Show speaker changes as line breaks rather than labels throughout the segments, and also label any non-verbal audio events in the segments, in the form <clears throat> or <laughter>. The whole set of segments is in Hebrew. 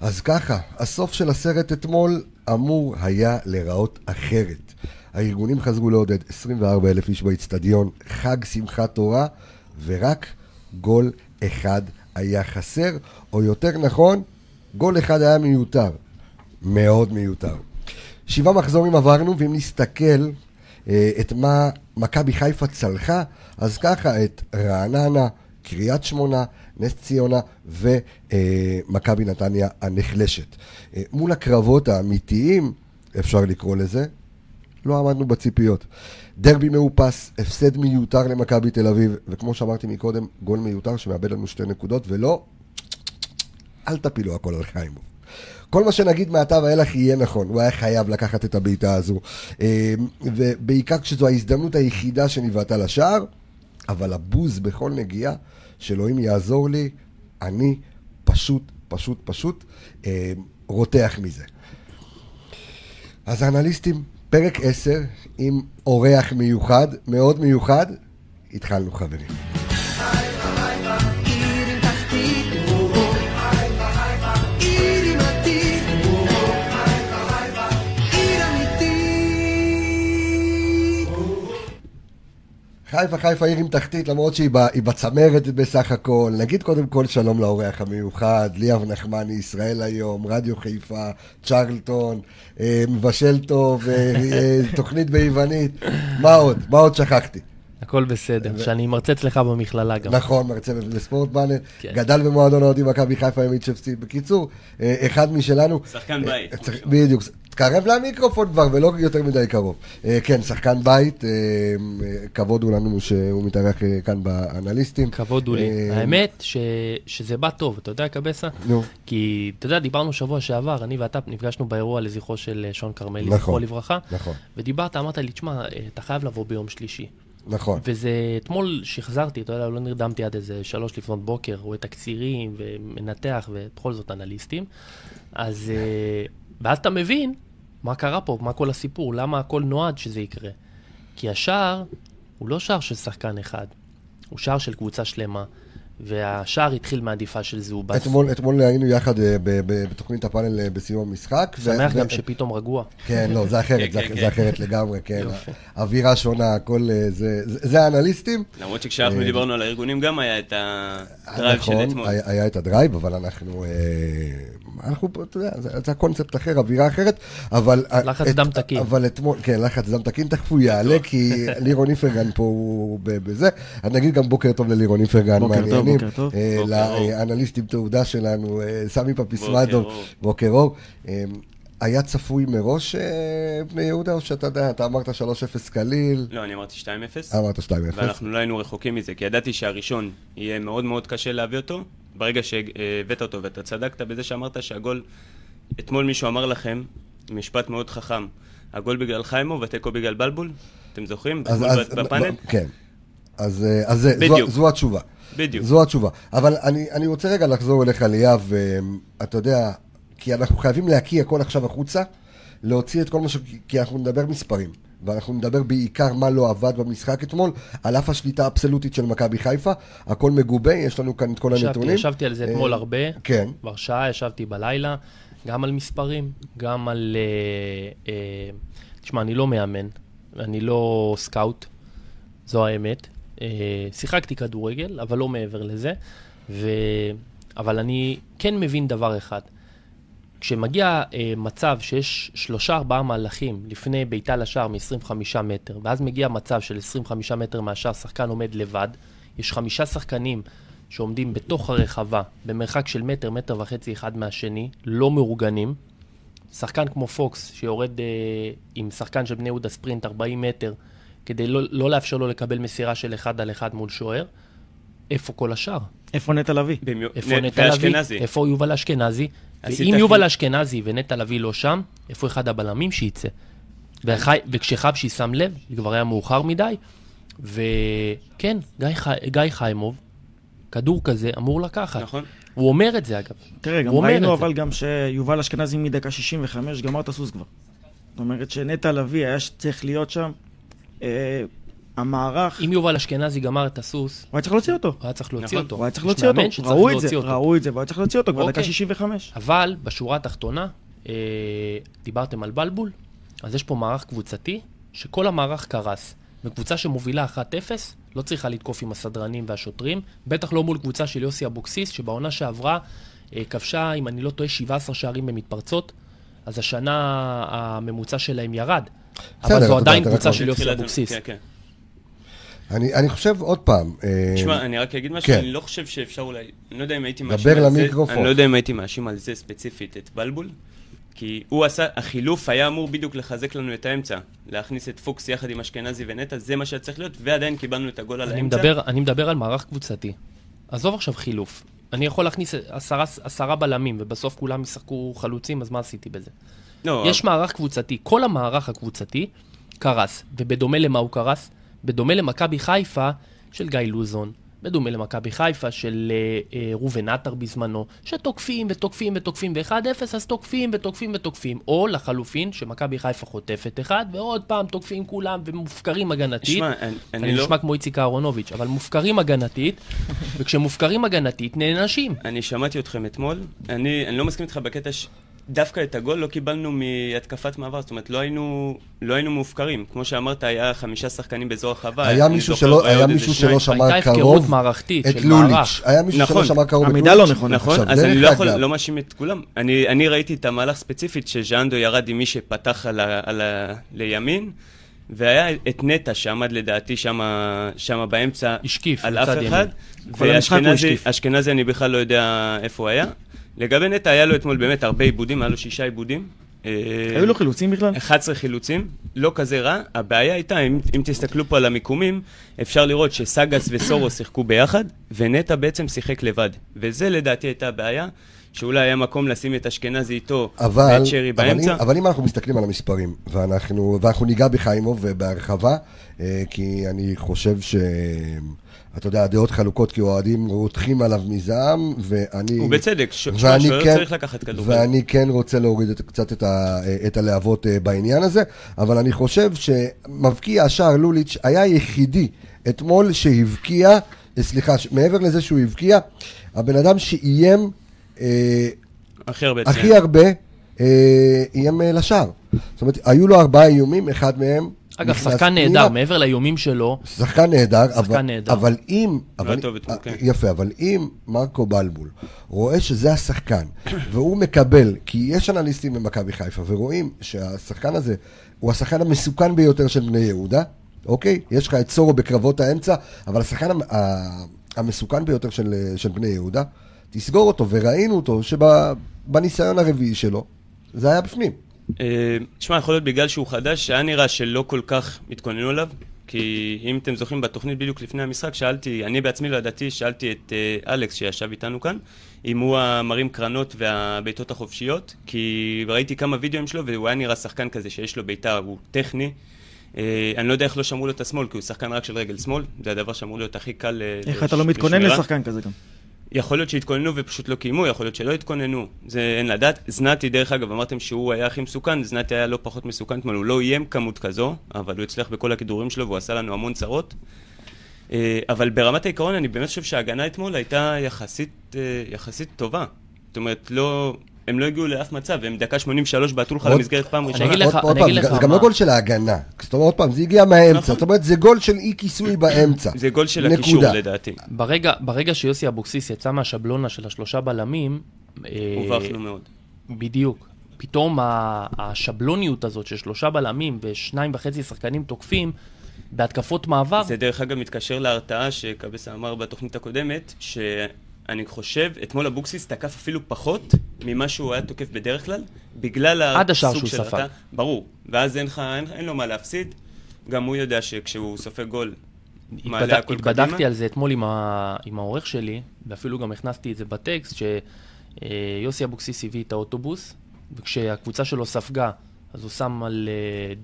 אז ככה, הסוף של הסרט אתמול אמור היה להיראות אחרת. הארגונים חזרו לעודד 24 אלף איש באיצטדיון, חג שמחת תורה, ורק גול אחד היה חסר, או יותר נכון, גול אחד היה מיותר. מאוד מיותר. שבעה מחזורים עברנו, ואם נסתכל אה, את מה מכבי חיפה צלחה, אז ככה את רעננה, קריית שמונה, נס ציונה ומכבי נתניה הנחלשת. אה, מול הקרבות האמיתיים, אפשר לקרוא לזה, לא עמדנו בציפיות. דרבי מאופס, הפסד מיותר למכבי תל אביב, וכמו שאמרתי מקודם, גול מיותר שמאבד לנו שתי נקודות, ולא, אל תפילו הכל על חיימוב. כל מה שנגיד מעתה ואילך יהיה נכון, הוא היה חייב לקחת את הבעיטה הזו. אה, ובעיקר כשזו ההזדמנות היחידה שנבעטה לשער, אבל הבוז בכל נגיעה, שאלוהים יעזור לי, אני פשוט, פשוט, פשוט אה, רותח מזה. אז האנליסטים, פרק 10, עם אורח מיוחד, מאוד מיוחד, התחלנו חברים. חיפה חיפה עיר עם תחתית, למרות שהיא ב- היא בצמרת בסך הכל. נגיד קודם כל שלום לאורח המיוחד, ליאב נחמני, ישראל היום, רדיו חיפה, צ'רלטון, אה, מבשל טוב, אה, אה, תוכנית ביוונית. מה עוד? מה עוד שכחתי?
הכל בסדר, שאני מרצה אצלך במכללה גם.
נכון, מרצה בספורט באנר,
כן.
גדל במועדון האוהדים מכבי חיפה עם HFC. בקיצור, אה, אחד משלנו.
שחקן
אה,
בית.
צריך- בדיוק. תקרב למיקרופון כבר, ולא יותר מדי קרוב. אה, כן, שחקן בית, אה, אה, כבוד הוא לנו שהוא מתארח אה, כאן באנליסטים.
כבוד הוא לי.
אה,
האמת ש- שזה בא טוב, אתה יודע, קבסה?
נו.
כי, אתה יודע, דיברנו שבוע שעבר, אני ואתה נפגשנו באירוע לזכרו של אה, שון כרמלי,
נכון.
זכרו לברכה.
נכון,
ודיברת, אמרת לי, תשמע, אה, אתה חייב לבוא ביום שלישי.
נכון.
וזה, אתמול שחזרתי, אתה יודע, לא נרדמתי עד איזה שלוש לפנות בוקר, רואה תקצירים ומנתח ובכל זאת אנליסטים. אז, אה, ואז אתה מבין מה קרה פה, מה כל הסיפור, למה הכל נועד שזה יקרה. כי השער הוא לא שער של שחקן אחד, הוא שער של קבוצה שלמה. והשער התחיל מעדיפה של זהובס.
אתמול- אתמול היינו יחד אה, ב- ב- בתוכנית הפאנל אה, בסיום המשחק. ו-
שמח
ו-
גם שפתאום רגוע.
כן, לא, זה אחרת, זה
כן, כן,
זה
כן.
אחרת לגמרי, כן.
יופי.
אווירה שונה, הכל אה, זה, זה- זה האנליסטים.
למרות שכשאנחנו דיברנו על הארגונים גם היה את הדרייב של אתמול.
אה, נכון, היה, היה את הדרייב, אבל אנחנו, אה, אנחנו, פה, אתה יודע, זה, זה הקונספט אחר, אווירה אחרת, אבל... אה,
לחץ דם תקין.
אבל אתמול, כן, לחץ דם תקין, תכף הוא יעלה,
<laughs>
כי לירון איפרגן פה הוא ב- בזה. אני אגיד גם בוקר טוב ללירון איפרגן,
בוקר טוב,
מעניינים.
בוקר טוב.
אה,
בוקר אור.
לאנליסט עם תעודה שלנו, אה, סמי
בוקר
פפיסמדוב,
אור.
בוקר אור. אה, היה צפוי מראש אה, בני יהודה, או שאתה יודע, אתה אמרת 3-0 קליל,
לא, אני אמרתי 2-0,
אמרת 2-0.
ואנחנו לא היינו רחוקים מזה, כי ידעתי שהראשון יהיה מאוד מאוד קשה להביא אותו. ברגע שהבאת אותו, ואתה צדקת בזה שאמרת שהגול... אתמול מישהו אמר לכם, משפט מאוד חכם, הגול בגלל חיימו והתיקו בגלל בלבול, אתם זוכרים?
אז,
אתמול
אז,
בפאנל?
ב- כן. אז, אה, אז זה- זו,
בדיוק.
זו התשובה.
בדיוק.
זו התשובה. אבל אני, אני רוצה רגע לחזור אליך, ליאב, אה, אתה יודע, כי אנחנו חייבים להקיא הכל עכשיו החוצה, להוציא את כל מה ש... כי אנחנו נדבר מספרים. ואנחנו נדבר בעיקר מה לא עבד במשחק אתמול, על אף השליטה האבסולוטית של מכבי חיפה, הכל מגובה, יש לנו כאן את כל
ישבתי-
הנתונים.
ישבתי על זה אתמול
אה,
הרבה.
כן.
כבר שעה ישבתי בלילה, גם על מספרים, גם על... אה, אה, תשמע, אני לא מאמן, אני לא סקאוט, זו האמת. אה, שיחקתי כדורגל, אבל לא מעבר לזה. ו... אבל אני כן מבין דבר אחד. כשמגיע אה, מצב שיש שלושה ארבעה מהלכים לפני בעיטה לשער מ-25 מטר, ואז מגיע מצב של 25 מטר מהשער, שחקן עומד לבד, יש חמישה שחקנים שעומדים בתוך הרחבה, במרחק של מטר, מטר וחצי אחד מהשני, לא מאורגנים. שחקן כמו פוקס, שיורד אה, עם שחקן של בני יהודה ספרינט 40 מטר, כדי לא, לא לאפשר לו לקבל מסירה של אחד על אחד מול שוער, איפה כל השאר?
איפה נטע לביא?
במיו-
איפה
נ-
נטע לביא?
ואשכנזי.
איפה יובל אשכנזי?
עשית
ואם
הכי-
יובל אשכנזי ונטע לביא לא שם, איפה אחד הבלמים שייצא? וחי- וכשחבשי שם לב, כבר היה מאוחר מדי. וכן, גיא, חי... גיא חיימוב, כדור כזה אמור לקחת.
נכון.
הוא אומר את זה אגב.
תראה, גם
הוא אומר
ראינו
את זה.
אבל גם שיובל אשכנזי מדקה 65 גמר את הסוס כבר. זאת אומרת שנטע לביא היה צריך להיות שם, אה, המערך,
אם יובל אשכנזי גמר את הסוס,
הוא היה צריך להוציא אותו.
הוא היה צריך להוציא
נכון,
אותו.
הוא היה צריך
יש
להוציא אותו,
מאמן שצריך
ראו את זה,
להוציא אותו.
ראו את זה, והוא היה צריך להוציא אותו כבר דקה
אוקיי.
65.
אבל בשורה התחתונה, אה, דיברתם על בלבול, אז יש פה מערך קבוצתי, שכל המערך קרס. וקבוצה שמובילה 1-0, לא צריכה לתקוף עם הסדרנים והשוטרים, בטח לא מול קבוצה של יוסי אבוקסיס, שבעונה שעברה אה, כבשה, אם אני לא טועה, 17 שערים במתפרצות, אז השנה הממוצע שלהם ירד. אבל
בסדר,
זו
אתה
עדיין
יודע, אתה
קבוצה
רק-
לא, של יוסי
תחילת-
אבוקסיס.
כן, כן.
אני, אני חושב עוד פעם, אה,
תשמע, אני רק אגיד משהו,
כן.
אני לא חושב שאפשר אולי, אני לא יודע אם הייתי
דבר
מאשים על זה,
למיקרופון.
אני לא יודע אם הייתי מאשים על זה ספציפית את בלבול, כי הוא עשה, החילוף היה אמור בדיוק לחזק לנו את האמצע, להכניס את פוקס יחד עם אשכנזי ונטע, זה מה שהיה צריך להיות, ועדיין קיבלנו את הגול על
אני
האמצע.
מדבר, אני מדבר על מערך קבוצתי. עזוב עכשיו חילוף. אני יכול להכניס עשרה, עשרה בלמים, ובסוף כולם ישחקו חלוצים, אז מה עשיתי בזה?
לא,
יש מערך קבוצתי. כל המערך הקבוצתי קרס, ובדומה למה הוא קרס? בדומה למכבי חיפה של גיא לוזון, בדומה למכבי חיפה של אה, אה, ראובן עטר בזמנו, שתוקפים ותוקפים ותוקפים ב-1-0, אז תוקפים ותוקפים ותוקפים. או לחלופין, שמכבי חיפה חוטפת אחד, ועוד פעם תוקפים כולם ומופקרים הגנתית.
תשמע, אני-
אני
אני לא...
נשמע כמו איציק אהרונוביץ', אבל מופקרים
<laughs>
הגנתית, וכשמופקרים הגנתית נענשים.
אני שמעתי אתכם אתמול, אני, אני לא מסכים איתך בקטע ש... דווקא את הגול לא קיבלנו מהתקפת מעבר, זאת אומרת, לא היינו, לא היינו מופקרים. כמו שאמרת, היה חמישה שחקנים באזור החווה.
היה
אני
מישהו
זוכר,
שלא,
היה
היה
עוד איזה
מישהו
שניים.
שלא שמר
הייתה הפקרות
קרוב
מערכתית
את
של
לוליץ',
מערך.
היה מישהו שלא
נכון,
שמר קרוב את לוליץ'.
המידה לא נכונה.
נכון,
עכשיו,
אז
דרך
אני לא יכול,
אגב-
לא מאשים את כולם. אני, אני ראיתי את המהלך ספציפית שז'אנדו ירד עם מי שפתח על ה, על ה, לימין, והיה את נטע שעמד לדעתי שם שם באמצע,
השקיף,
על
בצד
אף
ימין.
אחד,
כל המשחק הוא
ואשכנזי,
השקיף.
אשכנזי אני בכלל לא יודע איפה הוא היה. לגבי נטע היה לו אתמול באמת הרבה עיבודים, היה לו שישה עיבודים. אה,
היו לו חילוצים בכלל?
אה,
11 חילוצים, לא כזה רע. הבעיה הייתה, אם, אם תסתכלו פה על המיקומים, אפשר לראות שסגס וסורו שיחקו ביחד, ונטע בעצם שיחק לבד. וזה לדעתי הייתה הבעיה, שאולי היה מקום לשים את אשכנזי איתו
אבל,
ואת שרי
אבל, אם,
באמצע.
אבל אם אנחנו מסתכלים על המספרים, ואנחנו, ואנחנו ניגע בחיימוב ובהרחבה, אה, כי אני חושב ש... אתה יודע, הדעות חלוקות, כי אוהדים רותחים עליו מזעם, ואני...
ובצדק, ש-
ואני כן-
שמע, שוער צריך לקחת כדור.
ואני כן רוצה להוריד את, קצת את, ה, אה, את הלהבות אה, בעניין הזה, אבל אני חושב שמבקיע השער לוליץ' היה היחידי אתמול שהבקיע, אה, סליחה, ש- מעבר לזה שהוא הבקיע, הבן אדם שאיים... אה,
הכי הרבה
הכי
אצלנו.
הרבה אה, איים אה, לשער. זאת אומרת, היו לו ארבעה איומים, אחד מהם...
אגב,
נכנס
שחקן
פנימה.
נהדר, מעבר לאיומים שלו,
שחקן נהדר,
שחקן
אבל-
נהדר.
אבל אם... אבל- אה,
טוב אתמול, כן.
יפה, אבל אם מרקו בלבול רואה שזה השחקן, והוא מקבל, כי יש אנליסטים במכבי חיפה, ורואים שהשחקן הזה הוא השחקן המסוכן ביותר של בני יהודה, אוקיי? יש לך את סורו בקרבות האמצע, אבל השחקן המ- ה- המסוכן ביותר של, אה, של בני יהודה, תסגור אותו, וראינו אותו שבניסיון הרביעי שלו, זה היה בפנים.
אה, שמע, יכול להיות בגלל שהוא חדש, שהיה נראה שלא כל כך התכוננו אליו. כי אם אתם זוכרים, בתוכנית בדיוק לפני המשחק, שאלתי, אני בעצמי לא ידעתי, שאלתי את אה, אלכס שישב איתנו כאן, אם הוא המרים קרנות והבעיטות החופשיות, כי ראיתי כמה וידאוים שלו, והוא היה נראה שחקן כזה שיש לו בעיטה, הוא טכני. אה, אני לא יודע איך לא שמרו לו את השמאל, כי הוא שחקן רק של רגל שמאל, זה הדבר שאמור להיות הכי קל אה,
איך אתה לא מתכונן
לשמירה.
לשחקן כזה גם?
אה.
יכול להיות שהתכוננו ופשוט לא קיימו, יכול להיות שלא התכוננו, זה אין לדעת. זנתי, דרך אגב, אמרתם שהוא היה הכי מסוכן, זנתי היה לא פחות מסוכן, כלומר הוא לא איים כמות כזו, אבל הוא הצליח בכל הכידורים שלו והוא עשה לנו המון צרות. אה, אבל ברמת העיקרון אני באמת חושב שההגנה אתמול הייתה יחסית, אה, יחסית טובה. זאת אומרת, לא, הם לא הגיעו לאף מצב, הם דקה 83 בעטו לך
עוד-
למסגרת פעם
אני
ראשונה.
אגיד לך-
עוד- עוד
אני
פעם,
אגיד
זה
לך
גם
מה.
לא גול של ההגנה. זאת אומרת, עוד פעם, זה הגיע מהאמצע.
נכון.
זאת אומרת, זה גול של אי כיסוי באמצע.
זה גול של
נקודה.
הקישור לדעתי.
ברגע, ברגע שיוסי אבוקסיס יצא מהשבלונה של השלושה בלמים, אה,
הובכנו מאוד.
בדיוק. פתאום ה- השבלוניות הזאת של שלושה בלמים ושניים וחצי שחקנים תוקפים בהתקפות מעבר,
זה דרך אגב מתקשר להרתעה שקבסה אמר בתוכנית הקודמת, שאני חושב, אתמול אבוקסיס תקף אפילו פחות ממה שהוא היה תוקף בדרך כלל, בגלל
עד השער
הסוג
שהוא
של
ספג.
הרתעה. ברור, ואז אין, לך, אין, אין לו מה להפסיד, גם הוא יודע שכשהוא סופג גול, מעלה
התבד...
הכל
התבדחתי
קדימה.
על זה אתמול עם, ה... עם העורך שלי, ואפילו גם הכנסתי את זה בטקסט, שיוסי אבוקסיס הביא את האוטובוס, וכשהקבוצה שלו ספגה, אז הוא שם על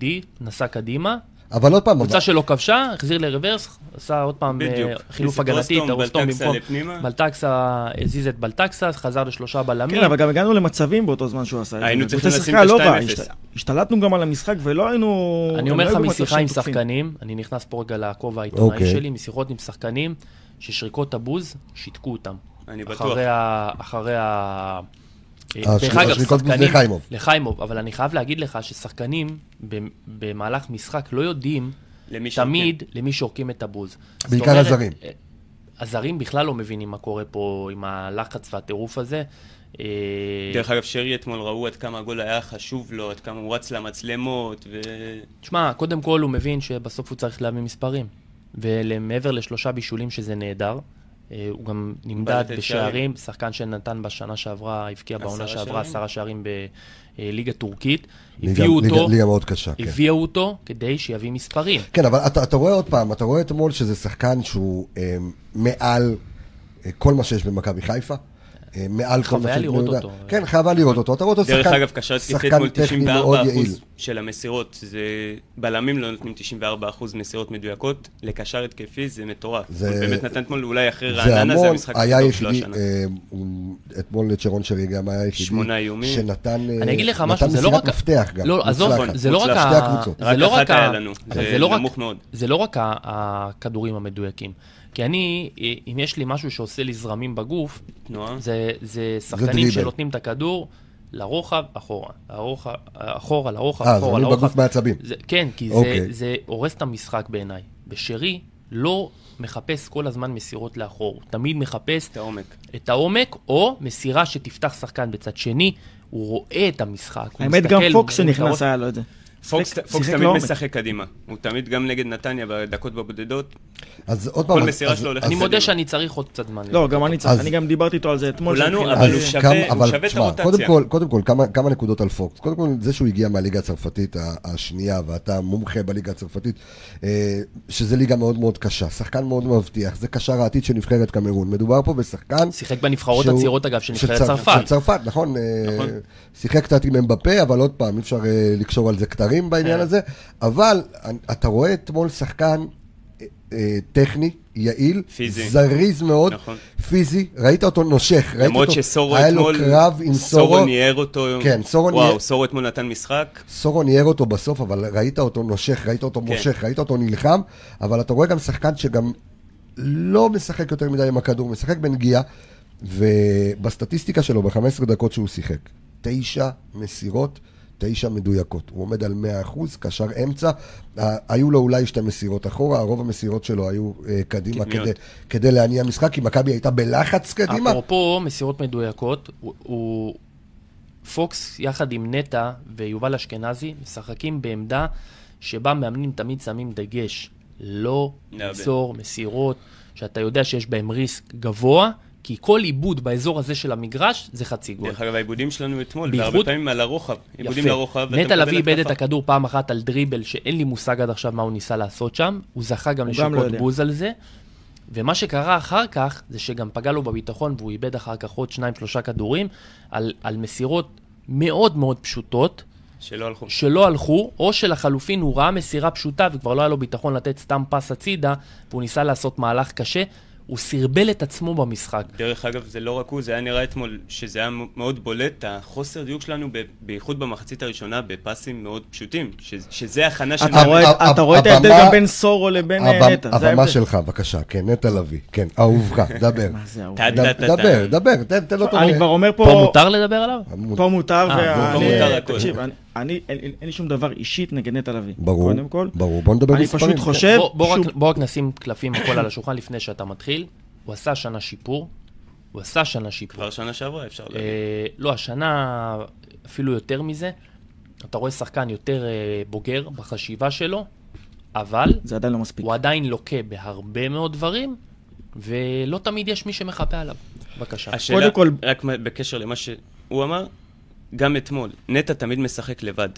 אה, D, נסע קדימה,
אבל עוד פעם,
קבוצה שלא כבשה, החזיר לרוורס, עשה עוד פעם
בדיוק.
אה, חילוף
ניסי
הגנתי,
פרוסטום,
טרוסטום
בלטקסה
במקום.
לפנימה.
בלטקסה הזיז את בלטקסה, חזר לשלושה בלמים.
כן, אבל גם הגענו למצבים באותו זמן שהוא עשה את זה.
היינו
הקבוצה
צריכים
שיחקה
לשים את
לא רע,
ה- 2-0.
השת- השתלטנו גם על המשחק ולא היינו...
אני
גם
אומר
לא
לך
היינו במצב
משיחה עם
שהם תוקפים.
שחקנים, אני נכנס פה רגע לכובע העיתונאי
אוקיי.
שלי, משיחות עם שחקנים, ששריקות הבוז שיתקו אותם.
אני
אחרי
בטוח.
ה- אחרי ה...
השריקות אה, בוז לחיימוב.
לחיימוב, אבל אני חייב להגיד לך ששחקנים במ- במהלך משחק לא יודעים
למי שורקים.
תמיד למי שורקים את הבוז. זאת
בעיקר
אומרת,
הזרים.
אה, הזרים בכלל לא מבינים מה קורה פה עם הלחץ והטירוף הזה. אה,
דרך אגב, שרי אתמול ראו עד כמה הגול היה חשוב לו, עד כמה הוא רץ למצלמות, ו...
תשמע, קודם כל הוא מבין שבסוף הוא צריך להביא מספרים. ומעבר לשלושה בישולים שזה נהדר, אה, הוא גם נמדד
לתת
בשערים,
שערים.
שחקן שנתן בשנה שעברה, הבקיע בעונה
עשרה
שעברה
שערים.
עשרה שערים בליגה טורקית.
ליגה-
הביאו
ליגה-
אותו,
ליגה מאוד קשה, כן.
הביאו אותו כדי שיביא מספרים.
כן, אבל אתה, אתה רואה עוד פעם, אתה רואה אתמול שזה שחקן שהוא אה, מעל אה, כל מה שיש במכבי חיפה. אה, מעל כל מה
חוויה
שיש
לראות
בני יהודה.
אותו.
כן, חייבה לראות אותו. אתה רואה אותו
דרך
שחקן,
אגב, קשר התקפי
שחקן
אתמול
טכני מאוד
94%
יעיל.
של המסירות, זה... בלמים לא נותנים 94% מסירות מדויקות, לקשר התקפי זה מטורף.
זה-
זה... הוא באמת נתן אתמול אולי
זה
אחרי רעננה, זה
המון,
המשחק
היה
הכי טוב שלו
היחידי,
השנה.
אה, הוא- אתמול צ'רון שרי גם היה היחידי,
שמונה איומים.
שנתן אה,
אני אגיד לך
נתן
משהו, זה לא רק...
מסירת מפתח גם,
לא, עזוב,
מוצלחת.
זה לא רק...
מוצלחת.
ה-
שתי הקבוצות.
זה
רק
לא
אחת
רק
היה
ה-
לנו,
אבל
זה
לא רק-
נמוך מאוד.
זה לא רק ה- הכדורים המדויקים. כי אני, אה, אם יש לי משהו שעושה לי זרמים בגוף,
תנועה.
זה, זה
דריבל.
שחקנים שנותנים את הכדור לרוחב, אחורה. לרוחב, אחורה, לרוחב,
אה,
אחורה,
זרמים
לרוחב.
בגוף מעצבים.
לא זה, כן, כי זה,
אוקיי.
זה הורס את המשחק בעיניי. בשרי לא מחפש כל הזמן מסירות לאחור, הוא תמיד מחפש
את העומק.
את העומק, או מסירה שתפתח שחקן בצד שני, הוא רואה את המשחק, הוא
האמת, גם
מסתכל,
פוקס
הוא רואה את
שנכנס
הראש.
היה לו את זה. לא
פוקס,
שיחק-
פוקס
שיחק
תמיד
לעומק.
משחק קדימה. הוא תמיד גם נגד נתניה בדקות בבודדות.
אז עוד פעם, אז-
מסירה
אז-
שלו הולכת
אז-
אני
בסדר.
מודה שאני צריך עוד קצת זמן.
לא, גם אני צריך,
אז-
אני גם דיברתי איתו על זה אתמול.
כולנו,
שהתחיל-
אבל
אז
הוא שווה-
כמה-
הוא
אבל
שווה את
תשמע,
הרוטציה.
קודם כל, קודם כל, כמה, כמה נקודות על פוקס. קודם כל, זה שהוא הגיע מהליגה הצרפתית ה- השנייה, ואתה מומחה בליגה הצרפתית, אה, שזה ליגה מאוד מאוד קשה, שחקן מאוד מבטיח, זה קשר העתיד של נבחרת קמרון. מדובר פה בשחקן...
שיחק בנבחרות
שהוא-
הצעירות, אגב, של נבחרת
צר- של
צרפת.
צרפת, נכון. אה, שיחק קצת עם אמבפה, אבל עוד פעם, אי אפשר אה, לקשור על זה כתרים בעניין
כן.
הזה. אבל אה, אתה רואה אתמול שחקן אה, אה, טכני, יעיל,
פיזי.
זריז מאוד,
נכון.
פיזי, ראית אותו נושך, ראית
למרות
אותו,
שסורו
היה
אתמול,
לו קרב עם סורו,
סורו ניער אותו,
כן, סורו
וואו,
ניער-
סורו אתמול נתן משחק,
סורו ניער אותו בסוף, אבל ראית אותו נושך, ראית אותו
כן.
מושך, ראית אותו נלחם, אבל אתה רואה גם שחקן שגם לא משחק יותר מדי עם הכדור, משחק בנגיעה, ובסטטיסטיקה שלו, ב-15 דקות שהוא שיחק, תשע מסירות. תשע מדויקות, הוא עומד על 100%, קשר אמצע, ה- היו לו אולי שתי מסירות אחורה, רוב המסירות שלו היו אה, קדימה
קדמיות.
כדי, כדי להניע משחק, כי מכבי הייתה בלחץ קדימה.
אפרופו מסירות מדויקות, הוא- הוא... פוקס יחד עם נטע ויובל אשכנזי משחקים בעמדה שבה מאמנים תמיד שמים דגש. לא
לאבד.
למסור מסירות שאתה יודע שיש בהם ריסק גבוה, כי כל עיבוד באזור הזה של המגרש זה חצי גול.
דרך אגב העיבודים שלנו אתמול,
בייחוד-
והרבה פעמים על הרוחב, עיבודים לרוחב, ואתה
נטע
מקבל
לביא איבד את
התקפה.
הכדור פעם אחת על דריבל שאין לי מושג עד עכשיו מה הוא ניסה לעשות שם, הוא זכה גם
הוא גם לא
לשקות
יודע.
בוז על זה. ומה שקרה אחר כך, זה שגם פגע לו בביטחון והוא איבד אחר כך עוד שניים שלושה כדורים על, על מסירות מאוד מאוד פשוטות,
שלא הלכו,
שלא הלכו, או שלחלופין הוא ראה מסירה פשוטה וכבר לא היה לו ביטחון לתת סתם פס הצידה, והוא ניסה לעשות מהלך קשה, הוא סרבל את עצמו במשחק.
דרך אגב זה לא רק הוא, זה היה נראה אתמול שזה היה מאוד בולט, החוסר דיוק שלנו, ב- בייחוד במחצית הראשונה, בפסים מאוד פשוטים, ש- שזה הכנה של...
אתה רואה-
הבמה-
אתה רואה את ההבדל גם בין סורו לבין אה,
הבמ-
נטע. זה
הבמה
ההבדל.
שלך, בבקה, כן, נטע לביא, כן, אהובך, דבר.
מה זה, ההוא?
טה, טה, טה, טה.
דבר, דבר, תן תן לו את
אני כבר אומר פה...
פה מותר לדבר עליו?
פה מותר,
אה,
ואני-
פה מותר הכל.
תקשיב, אני- אני, אין אין לי שום דבר אישית נגד נטע לביא.
ברור,
קודם כל.
ברור, בוא נדבר
אני
מספרים.
פשוט חושב...
בוא, בוא,
שהוא-
רק, בוא רק נשים קלפים הכל על השולחן לפני שאתה מתחיל. הוא עשה שנה שיפור. הוא עשה שנה שיפור.
כבר שנה שעברה אפשר להגיד.
אה, לא, השנה אפילו יותר מזה. אתה רואה שחקן יותר אה, בוגר בחשיבה שלו, אבל
זה עדיין לא מספיק.
הוא עדיין לוקה בהרבה מאוד דברים, ולא תמיד יש מי שמחפה עליו. בבקשה.
השאלה,
קודם כל-
רק מה- בקשר למה שהוא אמר, גם אתמול, נטע תמיד משחק לבד.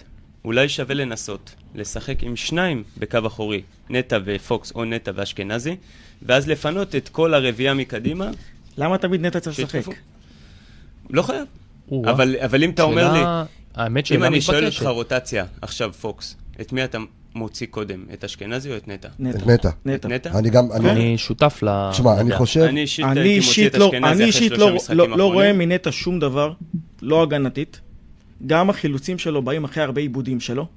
אולי שווה לנסות לשחק עם שניים בקו אחורי, נטע ופוקס או נטע ואשכנזי, ואז לפנות את כל הרביעייה מקדימה,
למה תמיד נטע צריך לשחק?
שיתקפו. לא חייב.
או-אה.
אבל, אבל אם אתה אומר לי,
שאלה- האמת
אם
שאלה
אני שואל אותך
מתבקשת.
רוטציה, עכשיו פוקס, את מי אתה מוציא קודם, את אשכנזי או את נטע?
את נטע.
את
נטע.
נטע?
אני גם, אני,
אני שותף ל...
אוקיי. תשמע, אני
לדעה.
חושב,
אני אישית
כן? אני
הייתי מוציא
אישית
את
לא-
אשכנזי
אני
אחרי
אישית
שלושה
לא-
משחקים
לא לא רואה
אחרונים.
מנטע שום דבר, לא הגנתית. גם החילוצים שלו באים אחרי הרבה עיבודים שלו.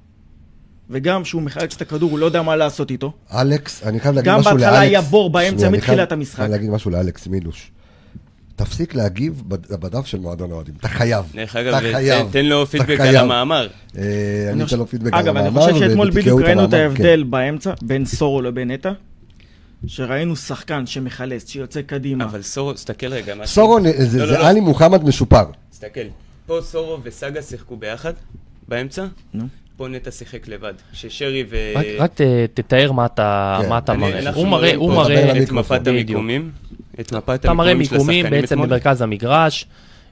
וגם שהוא מחלץ את הכדור, הוא לא יודע מה לעשות איתו.
אלכס, אני חייב להגיד
גם
משהו לאלכס.
בהתחלה היה בור באמצע
שנייה, אני
מתחילת
חייב-
המשחק.
אני להגיד משהו לאלכס מילוש. תפסיק להגיב בד- בדף של מועדון האוהדים, אתה חייב.
דרך
אתה
אגב,
חייב.
תן- תן לו
אתה
פידבק על
חייב.
המאמר.
אה, אני
אני
אתן לו
חושב-
פידבק על
אגב,
המאמר.
אני חושב שאתמול
ותתקעו
בדיוק ראינו את
המאמר,
ההבדל באמצע בין סורו לבין נטע. שראינו שחקן שמחלץ, שיוצא קדימה.
אבל סורו, תסתכל רגע. מה-
כן. סורו, אה, זה
לא, לא,
זה
לא.
עלי מוחמד משופר.
תסתכל, פה סורו וסאגה שיחקו ביחד, באמצע,
נו.
פה נטע שיחק לבד. ששרי ו...
רק- רק ת- תתאר מה אתה
כן.
מה אתה
אני-
מראה.
אנחנו
הוא
מראים
מראה, הוא
פה
דבר
מראה...
אל
את מפת
בדיוק.
המיקומים. את מפת
אתה מראה
המיקומים של
מיקומים
השחקנים
בעצם
אתמול.
במרכז המגרש,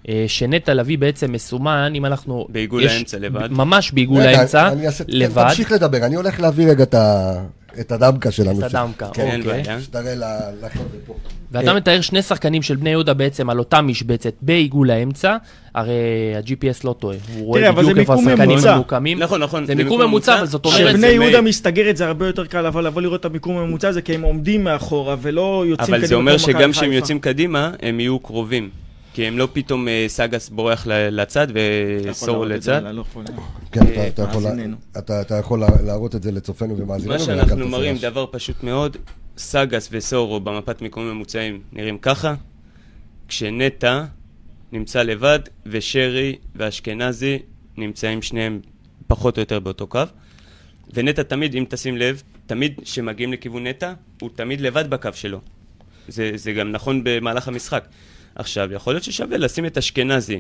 אה, שנטע לביא בעצם מסומן, אם אנחנו...
בעיגול
יש-
האמצע לבד.
ממש בעיגול
רגע,
האמצע,
אני אעשה- כן,
לבד.
תמשיך לדבר, אני הולך להביא רגע את ה- את הדמקה שלנו.
את הדמקה,
כן,
אין
אוקיי.
בעיה.
שתראה ל-
אה,
לחבר'ה פה.
ואתה
אה.
מתאר שני שחקנים של בני יהודה בעצם על אותה משבצת בעיגול האמצע, הרי ה-GPS לא טועה, הוא רואה
תראה, אבל זה
בדיוק איפה
מיקום
השחקנים
ממוצע.
ממוקמים.
נכון, נכון,
זה מיקום ממוצע, אבל זאת אומרת...
כשבני
זה
יהודה
מי-
מסתגר את זה הרבה יותר קל, אבל לבוא לראות את המיקום הממוצע הזה, כי הם עומדים מאחורה ולא יוצאים קדימה.
אבל זה אומר
כמו מכבי
שגם כשהם
חיפה.
יוצאים קדימה, הם יהיו קרובים. כי הם לא פתאום אה, סאגס בורח ל- לצד
אתה יכול
וסורו
להראות את
לצד.
זה, לא יכול.
כן, אתה-
אה,
אתה יכול לה-
מאזיננו.
אתה- אתה יכול לה- להראות את זה לצופינו
מה
ומאזיננו. וגם
שאנחנו
את
מראים,
הסרש.
דבר פשוט מאוד, סאגס וסורו במפת מיקומים ממוצעים נראים ככה, כשנטע נמצא לבד, ושרי ואשכנזי נמצאים שניהם פחות או יותר באותו קו. ונטע תמיד, אם תשים לב, תמיד כשמגיעים לכיוון נטע, הוא תמיד לבד בקו שלו. זה, זה גם נכון במהלך המשחק. עכשיו, יכול להיות ששווה לשים את אשכנזי,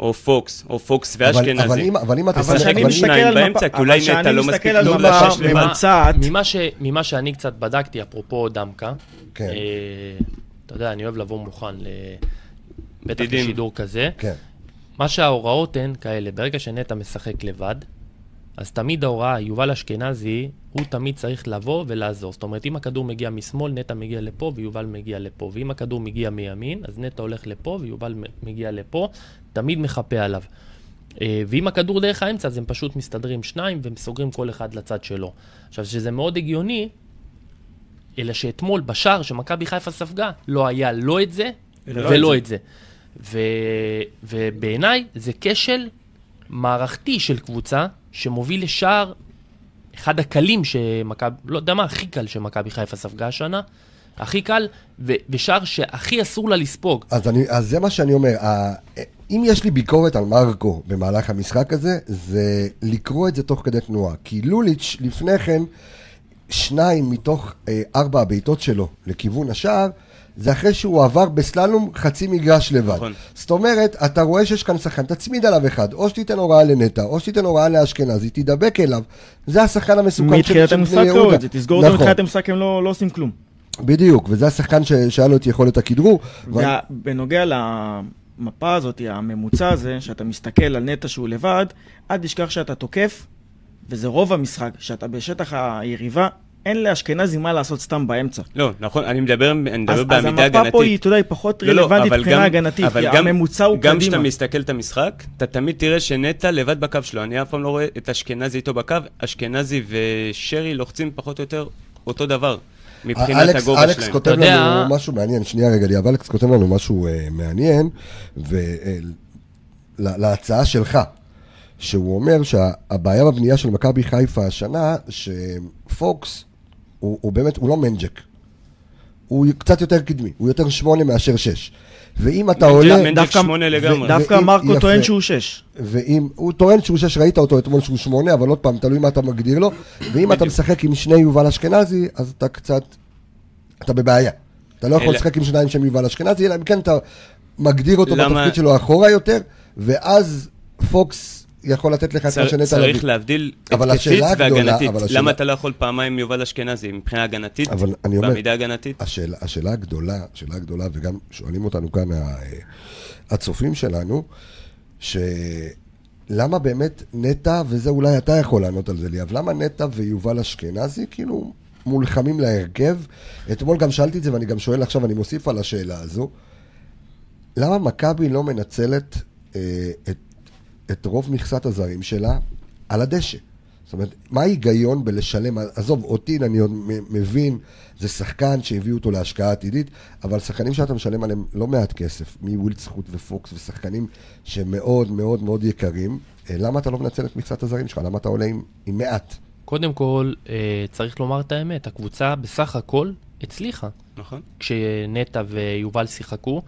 או פוקס, או פוקס
אבל-
ואשכנזי.
אבל אם- אבל אם אתה שם...
אבל כשאני
אבל אם-
מסתכל- שניים באמצע, כי אולי
אבל
נטע לא
כשאני
מספיק
מסתכל על
טוב
מפה
לשש לבד.
ממוצעת,
ממה, ש, ממה שאני קצת בדקתי, אפרופו דמקה,
כן.
אה, אתה יודע, אני אוהב לבוא מוכן, ל... בטח
בדידים.
לשידור כזה.
כן.
מה שההוראות הן כאלה, ברגע שנטע משחק לבד, אז תמיד ההוראה, יובל אשכנזי, הוא תמיד צריך לבוא ולעזור. זאת אומרת, אם הכדור מגיע משמאל, נטע מגיע לפה ויובל מגיע לפה. ואם הכדור מגיע מימין, אז נטע הולך לפה ויובל מ- מגיע לפה, תמיד מחפה עליו. אה, ואם הכדור דרך האמצע, אז הם פשוט מסתדרים שניים והם סוגרים כל אחד לצד שלו. עכשיו, שזה מאוד הגיוני, אלא שאתמול בשער שמכבי חיפה ספגה, לא היה לא את זה
ולא
ולא
את
את זה. ו... ובעיניי זה כשל מערכתי של קבוצה שמוביל לשער אחד הקלים שמכבי, לא יודע מה, הכי קל שמכבי חיפה ספגה השנה, הכי קל, ו... ושער שהכי אסור לה לספוג.
אז, אני, אז זה מה שאני אומר, ה- אם יש לי ביקורת על מרקו במהלך המשחק הזה, זה לקרוא את זה תוך כדי תנועה. כי לוליץ' לפני כן, שניים מתוך אה, ארבע הבעיטות שלו לכיוון השער, זה אחרי שהוא עבר בסללום חצי מגרש לבד.
נכון.
זאת אומרת, אתה רואה שיש כאן שחקן, תצמיד עליו אחד, או שתיתן הוראה לנטע, או שתיתן הוראה לאשכנזי, תידבק אליו. זה השחקן המסוכן של-
מתחילת
של בני
המשחק לא
יהודה.
את זה, תסגור אותם
נכון,
מתחילת המשחק, הם לא לא עושים כלום.
בדיוק, וזה השחקן ש- שהיה לו את יכולת הכדרור. ואני-
וה- בנוגע למפה הזאת, הממוצע הזה, שאתה מסתכל על נטע שהוא לבד, אל תשכח שאתה תוקף, וזה רוב המשחק, שאתה בשטח היריבה, אין לאשכנזי מה לעשות סתם באמצע.
לא, נכון, אני מדבר, אני
אז
מדבר
אז
בעמידה הגנתית.
המפה פה היא, אתה יודע, היא פחות
לא, לא,
רלוונטית
אבל גם-
מבחינה הגנתית,
אבל
כי
גם-
הממוצע הוא
גם כשאתה
קדימה.
מסתכל את המשחק, אתה תמיד תראה שנטע לבד בקו שלו. אני אף פעם לא רואה את אשכנזי איתו בקו, אשכנזי ושרי לוחצים פחות או יותר אותו דבר, מבחינת
אלכס-
הגובה
אלכס
שלהם.
כותב
אתה יודע-
לנו משהו מעניין, שנייה רגע ליאב, אלכס כותב לנו משהו אה, מעניין, ולהצעה שלך, שהוא אומר שהבעיה בבנייה של מכבי חיפה השנה, שפוקס הוא הוא באמת, הוא לא מנג'ק. הוא קצת יותר קדמי, הוא יותר שמונה מאשר שש. ואם אתה
מנג'ק-
עולה...
מנג'ק
דווקא-
שמונה לגמרי.
דווקא
ואם- יפה.
מרקו טוען שהוא שש.
ואם, הוא טוען שהוא שש, ראית אותו אתמול שהוא שמונה, אבל עוד פעם, תלוי מה אתה מגדיר לו. ואם אתה משחק עם שני יובל אשכנזי, אז אתה קצת, אתה בבעיה. אתה לא יכול
אלא-
לשחק עם שניים שהם יובל אשכנזי, אלא אם כן אתה מגדיר אותו
למה-
בתפקיד שלו אחורה יותר, ואז פוקס יכול לתת לך את מה
צר-
שנטע
צריך
לביא.
להבדיל
אבל
התקפית
השאלה הגדולה-
והגנתית.
אבל השאלה-
למה אתה לא יכול פעמיים יובל אשכנזי, מבחינה הגנתית,
אבל אני אומר-
בעמידה הגנתית?
השאלה, השאלה הגדולה, השאלה הגדולה, וגם שואלים אותנו כאן ה- אה, הצופים שלנו, שלמה באמת נטע, וזה אולי אתה יכול לענות על זה ליאב, למה נטע ויובל אשכנזי כאילו מולחמים להרכב? אתמול גם שאלתי את זה ואני גם שואל עכשיו, אני מוסיף על השאלה הזו, למה מכבי לא מנצלת אה, את, את רוב מכסת הזרים שלה על הדשא? זאת אומרת, מה ההיגיון בלשלם, עזוב, אותין אני עוד מ- מבין, זה שחקן שהביאו אותו להשקעה עתידית, אבל שחקנים שאתה משלם עליהם לא מעט כסף, מווילצחוט ופוקס ושחקנים שמאוד מאוד מאוד יקרים, אה, למה אתה לא מנצל את מכסת הזרים שלך? למה אתה עולה עם, עם מעט?
קודם כל, אה, צריך לומר את האמת, הקבוצה בסך הכל הצליחה.
נכון?
כשנטע ויובל שיחקו.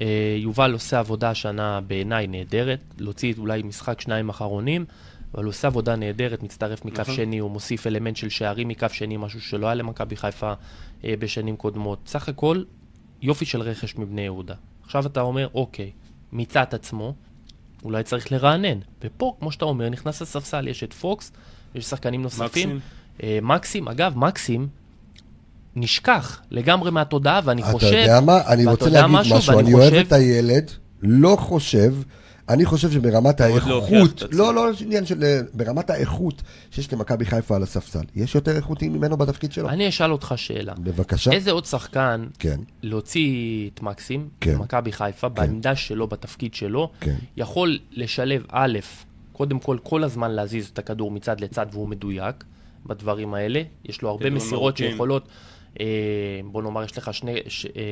אה, יובל עושה עבודה השנה בעיניי נהדרת, להוציא אולי משחק שניים אחרונים, אבל הוא עושה עבודה נהדרת, מצטרף מכף
נכון.
שני, הוא מוסיף אלמנט של שערים מכף שני, משהו שלא היה למכבי חיפה אה, בשנים קודמות. סך הכל, יופי של רכש מבני יהודה. עכשיו אתה אומר, אוקיי, מיצה את עצמו, אולי צריך לרענן. ופה, כמו שאתה אומר, נכנס לספסל, יש את פוקס, יש שחקנים נוספים.
מקסים.
אה, מקסים, אגב, מקסים נשכח לגמרי מהתודעה, ואני
אתה
חושב...
יודע מה? אני
ואתה
רוצה
יודע
להגיד
משהו,
משהו,
ואני
אני אוהב
חושב-
את הילד, לא חושב, אני חושב שברמת
עוד לא הוכיח את
האיכות,
עצמו.
לא, לא, יש עניין של, ברמת האיכות שיש למכבי חיפה על הספסל, יש יותר איכותי ממנו בתפקיד שלו.
אני אשאל אותך שאלה.
בבקשה.
איזה עוד שחקן
כן,
להוציא את מקסים,
כן.
כן. מכבי חיפה, בעמדה שלו, בתפקיד שלו,
כן.
יכול לשלב א', קודם כל, כל הזמן להזיז את הכדור מצד לצד והוא מדויק בדברים האלה. יש לו הרבה
כדורים
מסירות
ארוכים.
שיכולות, אה, בוא נאמר, יש לך שני, ש, אה,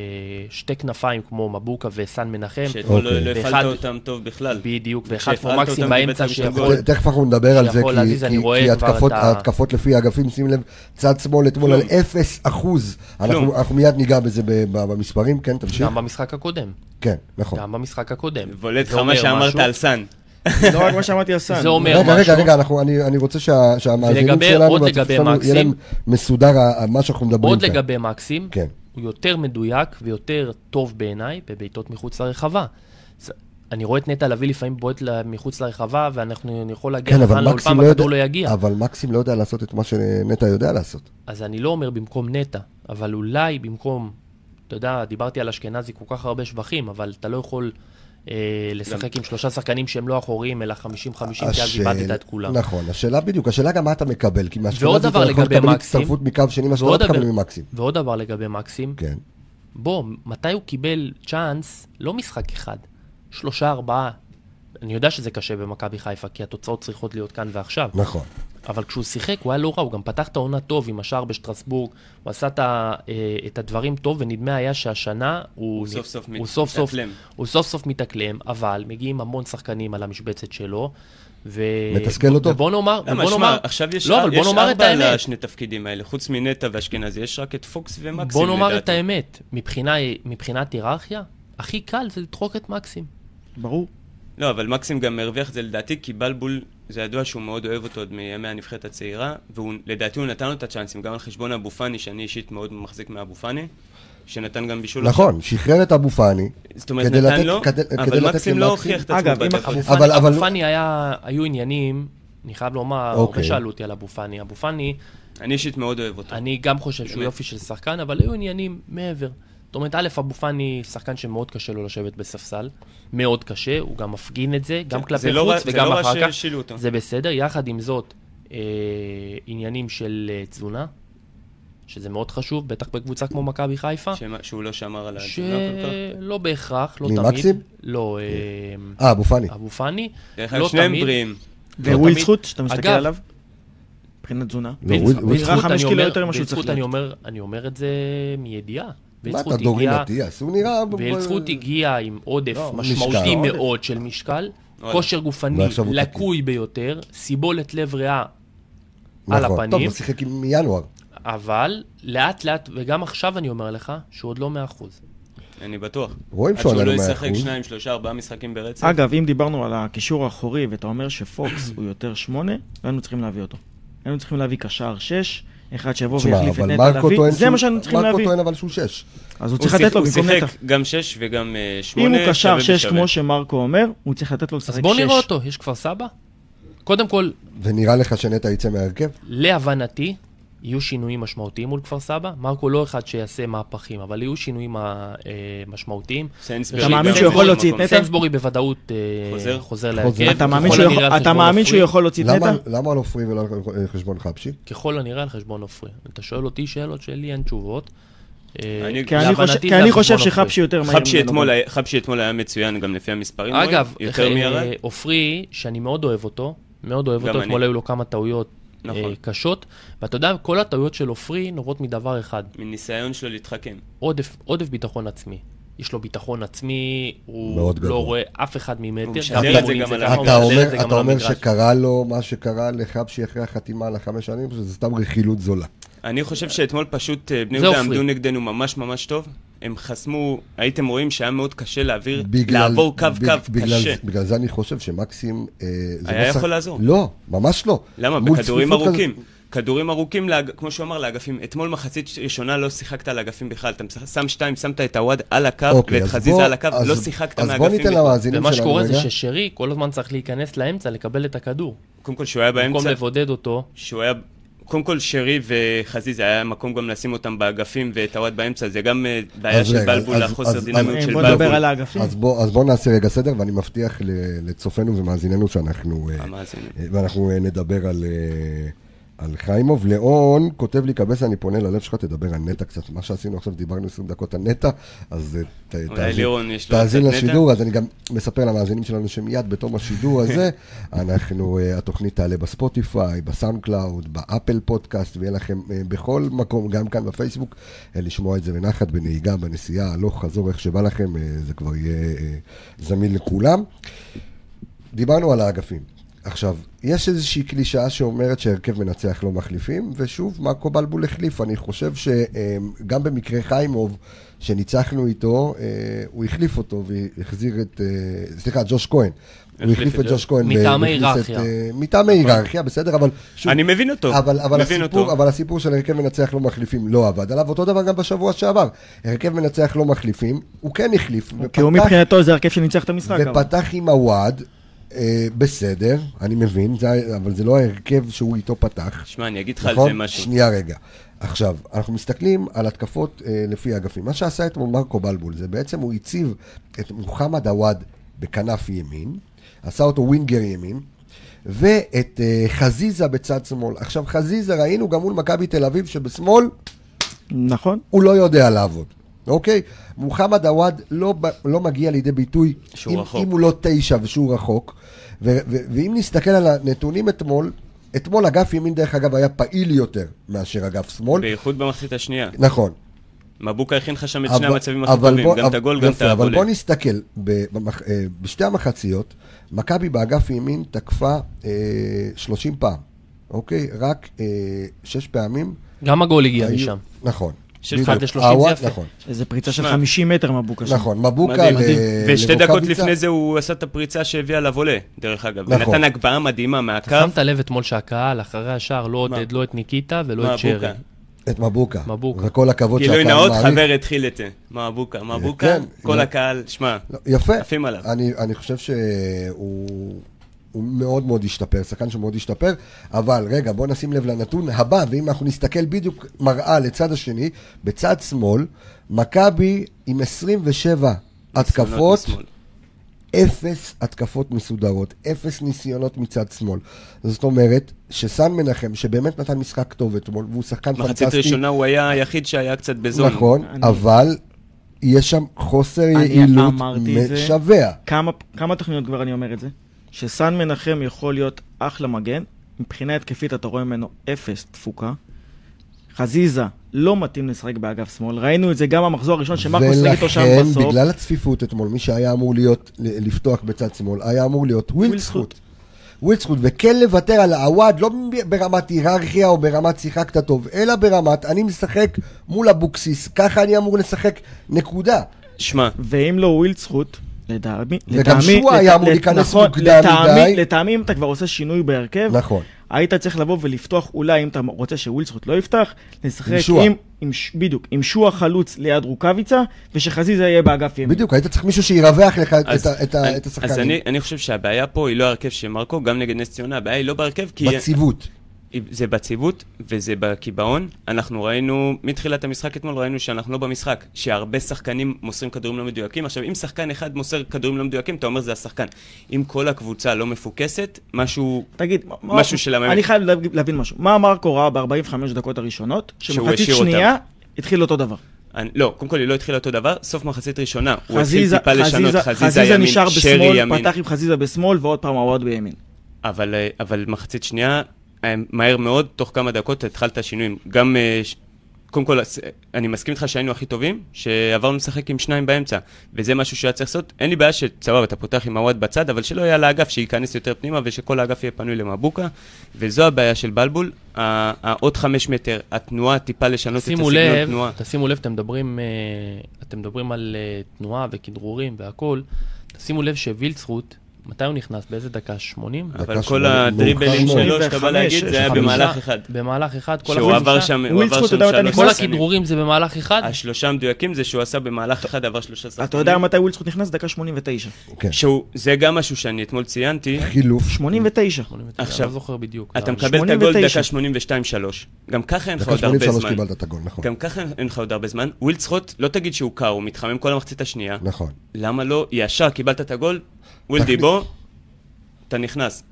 שתי כנפיים כמו מבוקה וסן מנחם.
שאתמול לא-
אוקיי.
לא הפעלת
ואחד-
אותם טוב בכלל.
כן. בדיוק, ואחד כמו
שהפעלת
מקסים
אותם
באמצע
בבית המשפט
שיכול...
גול.
ת- תכף אנחנו נדבר על זה,
שיכול
כי-
להזיז, לא. אני
כי-
רואה
כי
כבר
התקפות-
את ה-
ההתקפות לפי אגפים, שים לב, צד שמאל אתמול על
כלום.
0 אחוז. אנחנו
כלום.
אנחנו מיד ניגע בזה ב- ב- במספרים, כן, תמשיך.
גם במשחק הקודם,
כן, נכון.
גם במשחק הקודם.
בולט
זה
לך מה
אומר
שאמרת
משהו.
על סאן.
לא רק מה
<laughs>
שאמרתי על סאן.
זה אומר
רגע, רגע,
משהו.
רגע, אנחנו- אני אני רוצה שה- שהמאזינים
ולגבי-
שלנו,
עוד
והצופים
לגבי
שלנו, יהיה
מקסים.
להם מסודר ה- ה- מה שאנחנו מדברים
עוד
כאן.
לגבי מקסים,
כן.
הוא יותר מדויק ויותר טוב בעיניי בבעיטות מחוץ לרחבה. אז אני רואה את נטע לביא לפעמים בועט ל- מחוץ לרחבה, ואנחנו אני יכול להגיע
כן,
לכאן
אבל
לאולפן
מקסים לא יודע...
והכדור לא יגיע.
אבל מקסים לא יודע לעשות את מה שנטע יודע לעשות.
אז אני לא אומר במקום נטע, אבל אולי במקום, אתה יודע, דיברתי על אשכנזי כל כך הרבה שבחים, אבל אתה לא יכול אה, לשחק עם שלושה שחקנים שהם לא אחוריים, אלא 50-50, כי אז
השאל-
איבדת את כולם.
נכון, השאלה בדיוק, השאלה גם מה אתה מקבל, כי
ועוד
מאשכנזי אתה
דבר
יכול
לגבי
לקבל
מקסים.
הצטרפות מקו שני, מה שאתה לא
ועוד
תקבל
דבר-
ממקסים.
ועוד דבר לגבי מקסים,
כן,
בוא, מתי הוא קיבל צ'אנס, לא משחק אחד, שלושה, ארבעה. אני יודע שזה קשה במכבי חיפה, כי התוצאות צריכות להיות כאן ועכשיו.
נכון.
אבל כשהוא שיחק, הוא היה לא רע, הוא גם פתח את העונה טוב עם השער בשטרסבורג, הוא עשה את, ה, אה, את הדברים טוב, ונדמה היה שהשנה הוא,
הוא סוף סוף
הוא סוף סוף,
מתאקלם.
הוא סוף סוף מתאקלם, אבל מגיעים המון שחקנים על המשבצת שלו. ו...
מתסכל אותו?
ובוא נאמר,
למה,
ובוא נאמר,
אה, שמע, עכשיו יש אה,
לא, אבל בוא
יש
נאמר את
ארבע על
האמת.
השני תפקידים האלה, חוץ מנטע ואשכנזי, יש רק את פוקס ומקסים.
בוא נאמר
לדעתי.
את האמת, מבחינה, מבחינת היררכיה, הכי קל זה לדחוק את מקסים.
ברור.
לא, אבל מקסים גם הרוויח את זה לדעתי, כי בלבול, זה ידוע שהוא מאוד אוהב אותו עוד מימי הנבחרת הצעירה, ולדעתי הוא נתן לו את הצ'אנסים, גם על חשבון אבו פאני, שאני אישית מאוד מחזיק מאבו פאני, שנתן גם בישול.
נכון, שחרר את אבו פאני,
זאת אומרת,
כדי
נתן
לתת-
לו,
כדי- כדי
אבל
לתת
מקסים לא
למקסים.
הוכיח את עצמו.
אגב, אם
בדקות.
אבו
אבו
אבל-
פאני,
אבל-
אבו פאני היה, היו עניינים, אני חייב לומר,
אוקיי.
הרבה שאלו אותי על אבו פאני. אבו פאני,
אני אישית מאוד אוהב אותו.
אני גם חושב שהוא
באמת.
יופי של שחקן, אבל היו עניינים מעבר. זאת אומרת, א', אבו פאני שחקן שמאוד קשה לו לשבת בספסל, מאוד קשה, הוא גם מפגין את זה, גם
זה
כלפי
לא רע-
חוץ
זה
וגם
לא רע
אחר כך.
שהשילו אותו.
זה בסדר, יחד עם זאת, אה, עניינים של אה, תזונה, שזה מאוד חשוב, בטח בקבוצה כמו מכבי חיפה,
שמה- שהוא לא שמר על התזונה כל כך.
שלא בהכרח, לא
מי,
תמיד.
מקסים?
לא, אה,
אה, אבו פאני.
אבו פאני.
דרך
לא
אגב, שניהם
תמיד.
בריאים. לא,
ווילסחוט, שאתה מסתכל
אגב-
עליו, מבחינת תזונה.
לא, הוא- הוא-
נראה
בזכות
חמש
אני
קילו
אומר-
יותר ממה שהוא
בזכות
צריך
אני
להיות.
אומר, אני אומר את זה מידיעה.
מה
בזכות
אתה דורין
הגיע-
אטיאס? הוא נראה... נכון,
ואילצחוט הגיע עם עודף
לא, משקל.
משמעותי מאוד של משקל,
וואלה.
כושר גופני
ועכשיו הוא
לקוי ביותר, סיבולת לב ריאה,
נכון.
על
טוב,
הפנים.
הוא שיחק עם- מינואר.
אבל לאט לאט, וגם עכשיו אני אומר לך, שהוא עוד לא 100%.
אני בטוח.
רואים שהוא
עד
עלה
שהוא
ל-
לא
100%.
ישחק שניים, שלושה, ארבעה משחקים ברצף.
אגב, אם דיברנו על הקישור האחורי, ואתה אומר
<clears throat>
שפוקס הוא יותר שמונה, לא היינו צריכים להביא אותו. היינו צריכים להביא קשר שש, אחד שיבוא
תשמע,
ויחליף את
אבל
נטע
מרקו
לביא,
טוען
זה מה
שהוא-
שהיינו צריכים
מרקו
להביא.
טוען אבל שהוא שש.
אז
הוא
הוא צריך לתת לו במקום
שיחק
נטע.
גם שש וגם אה,
אם
שמונה.
הוא קשר
שווה
שש,
בשווה.
כמו שמרקו אומר, הוא צריך לתת לו לשחק שש.
אז בואו נראה אותו, יש כפר סבא? קודם כל,
ונראה לך שנטע יצא מההרכב?
להבנתי, יהיו שינויים משמעותיים מול כפר סבא. מרקו לא אחד שיעשה מהפכים, אבל יהיו שינויים אה, משמעותיים.
סיינסברי
אתה
גם
מאמין שהוא
מאוד
יכול להוציא את
במקום.
נטע?
סנסבורי בוודאות אה, חוזר
חוזר?
חוזר.
להרכב.
אתה מאמין
ככל
שהוא
הנראה
יכול-
על
אתה
חשבון
מאמין שהוא
עופרי.
יכול להוציא את
למה-
נטע?
למה לא פרי ולא על חשבון חפשי?
ככל הנראה על חשבון עופרי. אתה שואל אותי שאלות שלי, אין תשובות. אה,
אני-
כי אני
להבנתי
חושב-
זה על
כי אני
חשבון
חושב
עופרי.
שחבשי יותר לא מהיר.
חבשי
ממנו.
אתמול היה- חבשי אתמול היה מצוין גם לפי המספרים.
אגב,
רואים? יותר
אה,
מירד.
עופרי, שאני מאוד אוהב אותו, מאוד אוהב
גם
אותו,
אני.
אתמול היו לו כמה טעויות נכון.
נכון.
קשות. ואתה יודע, כל הטעויות של עופרי נובעות מדבר אחד,
מניסיון שלו להתחכם.
עודף, עודף ביטחון עצמי. יש לו ביטחון עצמי, הוא
מאוד גבוה.
לא רואה אף אחד ממטר.
הוא משדר
גם
את זה
באימונים
גם על
ככה, הוא
המגרש.
אתה
משדר את
אומר,
זה גם
אתה
על
אומר
המגרש.
שקרה לו מה שקרה לחבשי אחרי החתימה על החמש שנים, שזה סתם רכילות זולה.
אני חושב שאתמול פשוט אה, בני
זה
יהודה
עופרי.
עמדו נגדנו ממש ממש טוב. הם חסמו, הייתם רואים שהיה מאוד קשה להעביר,
בגלל-
לעבור קו
בג-
קו
בגלל
קשה.
זה- בגלל זה אני חושב שמקסים... אה, זה
היה
לא שח-
יכול לעזור.
לא, ממש לא.
למה?
מול
בכדורים
צפיפות כזאת-
ארוכים. כדורים ארוכים, לאג- כמו שהוא אמר, לאגפים. אתמול מחצית ראשונה לא שיחקת על אגפים בכלל. אתה מש- שם שתיים, שמת את עווד על הקו,
אוקיי,
ואת
אז
חזיזה
בוא-
על הקו,
אז-
לא שיחקת
אז בוא
מהאגפים
ניתן
בכלל.
למאזינים
ומה
שלנו
שקורה זה
רגע.
ששרי כל הזמן צריך להיכנס לאמצע לקבל את הכדור.
קודם כל, שהוא היה
במקום
באמצע,
לבודד אותו,
שהוא היה... קודם כל, שרי וחזיזה, היה מקום גם לשים אותם באגפים ואת עווד באמצע. זה גם אה, בעיה
אז
של
רגע, אז-
בלבול, החוסר
אז-
דינמיות
אז-
של
אה, בוא נדבר
בלבול.
על האגפים.
אז בוא, אז בוא נעשה רגע סדר, ואני מבטיח ל- לצופינו ומאזיננו שאנחנו... אה,
המאזינים.
אה, ואנחנו אה, נדבר על, אה, על חיימוב. ליאון כותב לי, קבסה, אני פונה ללב שלך, תדבר על נטע קצת. מה שעשינו עכשיו, דיברנו 20 דקות על נטע, אז אה, ת-
לירון יש לו
תאזין
קצת נטע?
לשידור, אז אני גם מספר למאזינים שלנו שמיד בתום השידור
<laughs>
הזה, אנחנו, אה, התוכנית תעלה בספוטיפיי, בסאונד קלאוד, באפל פודקאסט, ויהיה לכם אה, בכל מקום, גם כאן בפייסבוק, אה, לשמוע את זה בנחת, בנהיגה, בנסיעה, הלוך, חזור, איך שבא לכם, אה, זה כבר יהיה אה, זמין לכולם. דיברנו על האגפים. עכשיו, יש איזושהי קלישאה שאומרת שהרכב מנצח לא מחליפים, ושוב, מרקו בלבול החליף. אני חושב שגם במקרה חיימוב, שניצחנו איתו, אה, הוא החליף אותו והחזיר את... אה, סליחה, ג'וש כהן. הוא
החליף
החליף
את
את ג'וש כהן.
מטעמי
והכניס את,
היררכיה.
אה, מטעמי היררכיה, בסדר, אבל שוב...
נכון. אני מבין אותו,
אבל, אבל,
מבין
הסיפור,
אותו.
אבל הסיפור של הרכב מנצח לא מחליפים לא עבד עליו, אותו דבר גם בשבוע שעבר. הרכב מנצח לא מחליפים, הוא כן החליף.
כי הוא
ופתח-
מבחינתו זה הרכב שניצח את המשחק. אבל.
ופתח עם הוואד, אה, בסדר, אני מבין, זה, היה- אבל זה לא ההרכב שהוא איתו פתח.
שמע, אני אגיד לך על
נכון?
זה משהו.
שנייה רגע. עכשיו, אנחנו מסתכלים על התקפות אה, לפי אגפים. מה שעשה אתמול מרקו בלבול זה בעצם הוא הציב את מוחמד עוואד בכנף ימין, עשה אותו ווינגר ימין, ואת אה, חזיזה בצד שמאל. עכשיו, חזיזה ראינו גם מול מכבי תל אביב שבשמאל
נכון.
הוא לא יודע לעבוד, אוקיי? מוחמד עוואד לא, ב- לא מגיע לידי ביטוי
שהוא
אם,
רחוק.
אם הוא לא תשע ושהוא רחוק. ו- ו- ואם נסתכל על הנתונים אתמול, אתמול אגף ימין דרך אגב היה פעיל יותר מאשר אגף שמאל.
בייחוד במחצית השנייה.
נכון.
מבוקה הכין לך שם את שני
אבל-
המצבים הכי
אבל
טובים,
בוא-
גם את הגול, גם את
יפה, אבל
הבולה.
בוא נסתכל, ב- במח- אה, בשתי המחציות, מכבי באגף ימין תקפה אה, 30 פעם, אוקיי? רק אה, שש פעמים.
גם הגול הגיע
היו-
משם.
נכון.
של
בדיוק.
אחד לשלושים זה
הוואד-
יפה.
נכון.
איזה פריצה של
שמע.
50 מטר מבוקה שם.
נכון, מבוקה
מדהים.
ל-
מדהים. ושתי דקות
לבוקביצה.
לפני זה הוא עשה את הפריצה שהביאה לבולה, דרך אגב.
נכון.
ונתן הגבהה מדהימה מהקו,
שמת לב אתמול שהקהל אחרי השער לא עודד לא את ניקיטה ולא את שרי.
מבוקה.
את מבוקה.
מבוקה.
וכל הכבוד
גילוי
שהקהל
נאות,
מעריך.
חבר התחיל את זה. מבוקה, מבוקה,
כן,
כל
לא.
הקהל, שמע,
לא, יפה.
עפים עליו.
אני, אני חושב שהוא הוא מאוד מאוד השתפר, שחקן שמאוד השתפר, אבל רגע, בואו נשים לב לנתון הבא, ואם אנחנו נסתכל בדיוק מראה לצד השני, בצד שמאל, מכבי עם 27 התקפות.
ניסיונות משמאל.
אפס התקפות מסודרות, אפס ניסיונות מצד שמאל. זאת אומרת, שסן מנחם, שבאמת נתן משחק טוב אתמול, והוא שחקן פנטסטי.
מחצית ראשונה הוא היה היחיד שהיה קצת בזון.
נכון,
אני-
אבל יש שם חוסר יעילות
אמרתי את זה.
משווע.
כמה, כמה תוכניות כבר אני אומר את זה? שסן מנחם יכול להיות אחלה מגן, מבחינה התקפית אתה רואה ממנו אפס תפוקה. חזיזה לא מתאים לשחק באגף שמאל, ראינו את זה גם במחזור הראשון שמרקו שיחק איתו שם
ולכן,
בסוף.
בגלל הצפיפות אתמול, מי שהיה אמור להיות, ל- לפתוח בצד שמאל, היה אמור להיות ווילדסחוט. ווילדסחוט, וכן לוותר על העווד, לא ב- ברמת היררכיה או ברמת שיחקת טוב, אלא ברמת אני משחק מול אבוקסיס, ככה אני אמור לשחק, נקודה.
שמע,
ואם לא ווילד זכות, לדעמי,
וגם
לדעמי,
שועה היה אמור להיכנס
נכון,
מוקדם
לטעמי-
מדי.
לטעמי אם אתה כבר עושה שינוי בהרכב,
נכון.
היית צריך לבוא ולפתוח, אולי אם אתה רוצה שווילצרוט לא יפתח,
עם
לשחק
שועה.
עם, עם, ש- בדיוק, עם שועה חלוץ ליד רוקאביצה, ושחזיזה יהיה באגף ימין.
בדיוק, היית צריך מישהו שירווח לך את
אז
ה- את ה-
אני-
את
אז אני-
השחקנים.
אני חושב שהבעיה פה היא לא ההרכב של מרקו, גם נגד נס ציונה, הבעיה היא לא בהרכב, כי...
בציוות.
זה בציוות וזה בקיבעון. אנחנו ראינו, מתחילת המשחק אתמול ראינו שאנחנו לא במשחק, שהרבה שחקנים מוסרים כדורים לא מדויקים. עכשיו, אם שחקן אחד מוסר כדורים לא מדויקים, אתה אומר זה השחקן. אם כל הקבוצה לא מפוקסת, משהו...
תגיד, מה-
משהו של המאמן.
אני חייב להגיד- להבין משהו. מה מרקו ראה ב-45 דקות הראשונות,
שהוא
שמחצית
השאיר אותם.
שנייה התחיל אותו דבר.
אני, לא, קודם כל היא לא התחילה אותו דבר, סוף מחצית ראשונה. הוא התחיל
חזיזה,
טיפה לשנות,
חזיזה,
חזיזה
חזיזה
ימין,
נשאר
שרי
בשמאל,
ימין.
פתח עם חזיזה בשמאל ועוד פעם עווד בימין.
אבל, אה, אבל מחצית שנייה, אה, מהר מאוד, תוך כמה דקות התחלת שינויים. גם, אה, ש- קודם כל, אז, אה, אני מסכים איתך שהיינו הכי טובים, שעברנו לשחק עם שניים באמצע, וזה משהו שהיה צריך לעשות. אין לי בעיה שסבבה, אתה פותח עם הוואט בצד, אבל שלא יהיה על האגף, שייכנס יותר פנימה, ושכל האגף יהיה פנוי למבוקה, וזו הבעיה של בלבול. ה- העוד חמש מטר, התנועה, טיפה לשנות את
תשימו
הסגנון
לב,
לא תנועה.
תשימו לב, אתם מדברים, אה, אתם מדברים על אה, תנועה וכדרורים והכול. תשימו לב שווילצרוט, מתי הוא נכנס? באיזה דקה? 80?
דקה
אבל כל
שמונה,
הדריבלים
מאוחר
שלו
מאוד.
שאתה בא להגיד, זה היה
חמישה.
במהלך אחד.
במהלך אחד, כל
שהוא עבר
החמישה-
שם, לא הוא
ווילס
עבר
פוט,
שם
אתה יודע מתי
שלוש
כל
נכנס?
שחקנים.
הכדרורים זה במהלך אחד?
השלושה המדויקים זה שהוא עשה במהלך אחד, עבר שלושה שחקנים.
אתה יודע מתי ווילסקוט נכנס? דקה 89.
כן.
שהוא, זה גם משהו שאני אתמול ציינתי.
חילוף.
89.
89,
עכשיו,
אני לא זוכר בדיוק.
אתה
אבל-
מקבל את הגול
89.
דקה 82-3. גם ככה אין לך
דקה
עוד הרבה
83
זמן.
קיבלת את הגול, נכון.
גם ככה אין לך עוד הרבה זמן. ווילד סחוט, לא תגיד שהוא קר, הוא מתחמם כל המחצית השנייה.
נכון.
למה לא? ישר קיבלת את הגול,
תחליט.
ווילדי בו, אתה נכנס.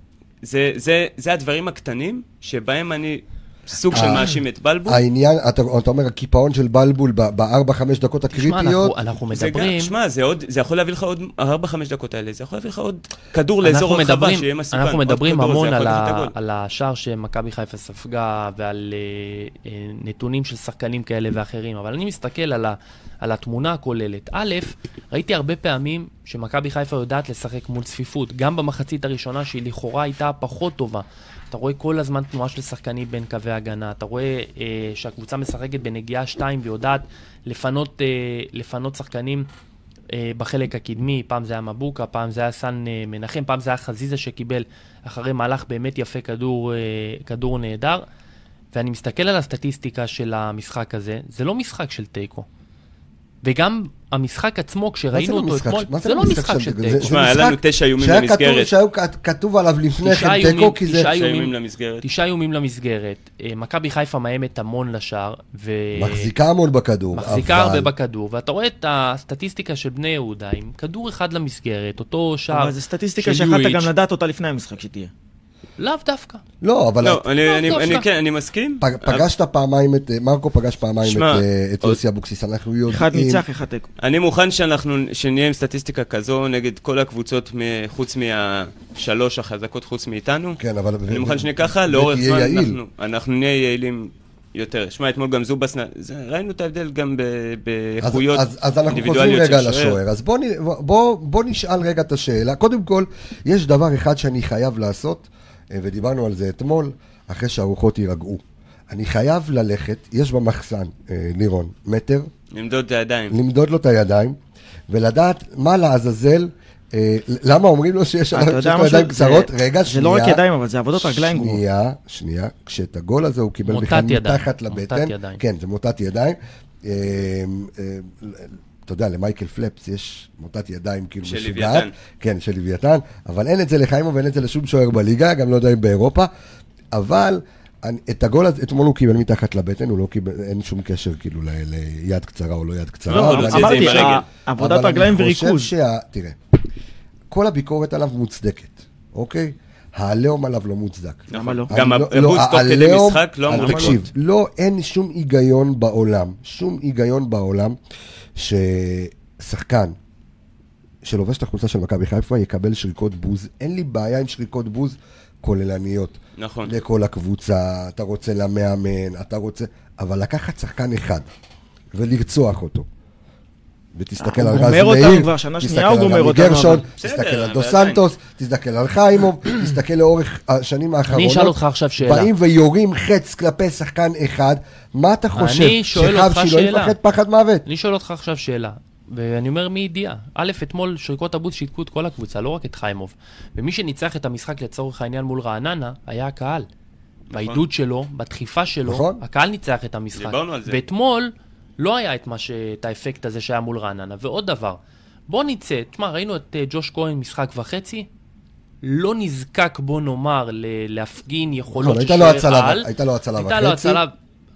זה- זה זה הדברים הקטנים שבהם אני סוג של
אה,
מאשים את בלבול.
העניין, אתה אתה אומר, הקיפאון של בלבול בארבע-חמש דקות
שמע, אנחנו-
הקריטיות,
אנחנו
זה גם-
מדברים,
שמע, זה עוד- זה יכול להביא לך עוד 4-5 דקות האלה, זה יכול להביא לך עוד כדור
אנחנו
לאזור הרחבה
מדברים-
שיהיה מסוכן.
אנחנו
עוד
מדברים
כדור, זה
המון
יכול
על
לתת את
ה-
הגול.
על השער שמכבי חיפה ספגה ועל אה, אה, נתונים של שחקנים כאלה ואחרים, אבל אני מסתכל על ה- על התמונה הכוללת. א', ראיתי הרבה פעמים שמכבי חיפה יודעת לשחק מול צפיפות, גם במחצית הראשונה שהיא לכאורה הייתה פחות טובה. אתה רואה כל הזמן תנועה של שחקנים בין קווי הגנה, אתה רואה אה, שהקבוצה משחקת בנגיעה 2 ויודעת לפנות, אה, לפנות שחקנים אה, בחלק הקדמי, פעם זה היה מבוקה, פעם זה היה סן אה, מנחם, פעם זה היה חזיזה שקיבל אחרי מהלך באמת יפה כדור, אה, כדור נהדר. ואני מסתכל על הסטטיסטיקה של המשחק הזה, זה לא משחק של תיקו. וגם המשחק עצמו,
מה זה
כשראינו
לא
אותו
משחק?
אתמול,
מה
זה לא משחק של
זה-
תיקו.
זה
שמע, היה לנו
משחק
תשע איומים
שהיה כתוב-
במסגרת.
שהיה כ- כתוב עליו לפני
תשעה
כן
איומים,
תיקו, כי זה...
תשעה
שאיומים
איומים.
למסגרת.
תשעה איומים למסגרת, אה, מכבי חיפה מאיימת המון לשער, ו...
מחזיקה המון בכדור.
מחזיקה
אבל-
הרבה בכדור, ואתה רואה את הסטטיסטיקה של בני יהודה עם כדור אחד למסגרת, אותו שער
אבל זו סטטיסטיקה
של
שיכולת
יואיץ'.
גם לדעת אותה לפני המשחק שתהיה.
לאו דווקא.
לא, אבל
לא, אני- אני-
לא,
אני
לא.
כן, אני מסכים.
פג- פגשת פעמיים את... מרקו פגש פעמיים
שמע,
את, אה, את
עוד-
יוסי אבוקסיס, אנחנו יודעים...
אחד ניצח, אחד תיקו.
אני מוכן שאנחנו שנהיה עם סטטיסטיקה כזו נגד כל הקבוצות מ- חוץ מהשלוש החזקות חוץ מאיתנו.
כן, אבל...
אני מוכן שנהיה ככה, לאורך
ותהיה
זמן
יעיל.
אנחנו- אנחנו נהיה יעילים יותר. שמע, אתמול גם זובס, נ- זה- ראינו את ההבדל גם ב-
אז-
באיכויות
אז, אז אנחנו חוזרים
אינדיבידואליות
רגע
של שוער.
לשוער. אז בוא, נ- בוא, בוא נשאל רגע את השאלה. קודם כל, יש דבר אחד שאני חייב לעשות, אה, ודיברנו על זה אתמול, אחרי שהרוחות יירגעו. אני חייב ללכת, יש במחסן, אה, לירון, מטר,
למדוד את הידיים.
למדוד לו את הידיים, ולדעת מה לעזאזל, אה, למה אומרים לו שיש
אתה
עליו- שיש
יודע
לו
משהו?
ידיים קצרות?
זה-
רגע, שנייה.
זה לא רק ידיים, אבל זה עבודות רגליים גרועות.
שנייה, שנייה. כשאת הגול הזה הוא קיבל
מוטת
בכלל
ידיים.
מתחת
מוטת
לבטן.
ידיים.
כן, זה מוטת ידיים. אה, אה, אתה יודע, למייקל פלפס יש מוטת ידיים כאילו
של
משוגעת.
לוויתן.
כן, של לוויתן. אבל אין את זה לחיימו ואין את זה לשום שוער בליגה, גם לא יודע אם באירופה. אבל אני- את הגול הזה, אתמול הוא קיבל מתחת לבטן, הוא לא קיבל, אין שום קשר כאילו ל- ליד קצרה או לא יד קצרה.
לא,
אבל
אבל
אני-
זה עם
אמרתי,
הרגל.
ה- עבודת רגליים
אבל אני
וריכוז.
חושב שה... תראה, כל הביקורת עליו מוצדקת, אוקיי? העליהום עליו לא מוצדק.
למה לא?
אני
נכון. גם
לא-
הבוז
לא,
תוך כדי
העליהום-
משחק לא
אני-
אמור לקרות.
תקשיב, לא, אין שום היגיון בעולם, שום היגיון בעולם, ששחקן שלובש את החולצה של מכבי חיפה יקבל שריקות בוז. אין לי בעיה עם שריקות בוז כוללניות.
נכון.
לכל הקבוצה, אתה רוצה למאמן, אתה רוצה... אבל לקחת שחקן אחד ולרצוח אותו. ותסתכל
הוא
על רז
גומר
מאיר,
אותנו כבר, שנה
תסתל
שנייה הוא
על
גומר
רמי
אותנו,
גרשון,
אבל-
בסדר,
תסתכל על דו
אבל עדיין.
סנטוס, תסתכל על חיימוב, תסתכל לאורך השנים האחרונות.
אשאל אותך עכשיו שאלה.
באים ויורים חץ כלפי שחקן אחד, מה אתה חושב?
שואל
שחב
אותך
שילוני
שאלה.
מפחד פחד מוות?
אני שואל אותך עכשיו שאלה, ואני אומר מי ידיעה. א', אתמול שריקות הבוז שיתקו את כל הקבוצה, לא רק את חיימוב. ומי שניצח את המשחק לצורך העניין מול רעננה, היה הקהל.
נכון.
בעידוד שלו, בדחיפה שלו,
נכון.
הקהל ניצח את המשחק.
דיברנו על זה.
ואתמול לא היה את, מה ש... את האפקט הזה שהיה מול רעננה. ועוד דבר, בוא נצא, תשמע, ראינו את אה, ג'וש כהן משחק וחצי, לא נזקק, בוא נאמר, ל... להפגין יכולות
נכון,
של
הייתה לו
שוער
הצלה-
על.
הייתה לו הצלה
הייתה לו
וחצי.
הצלה,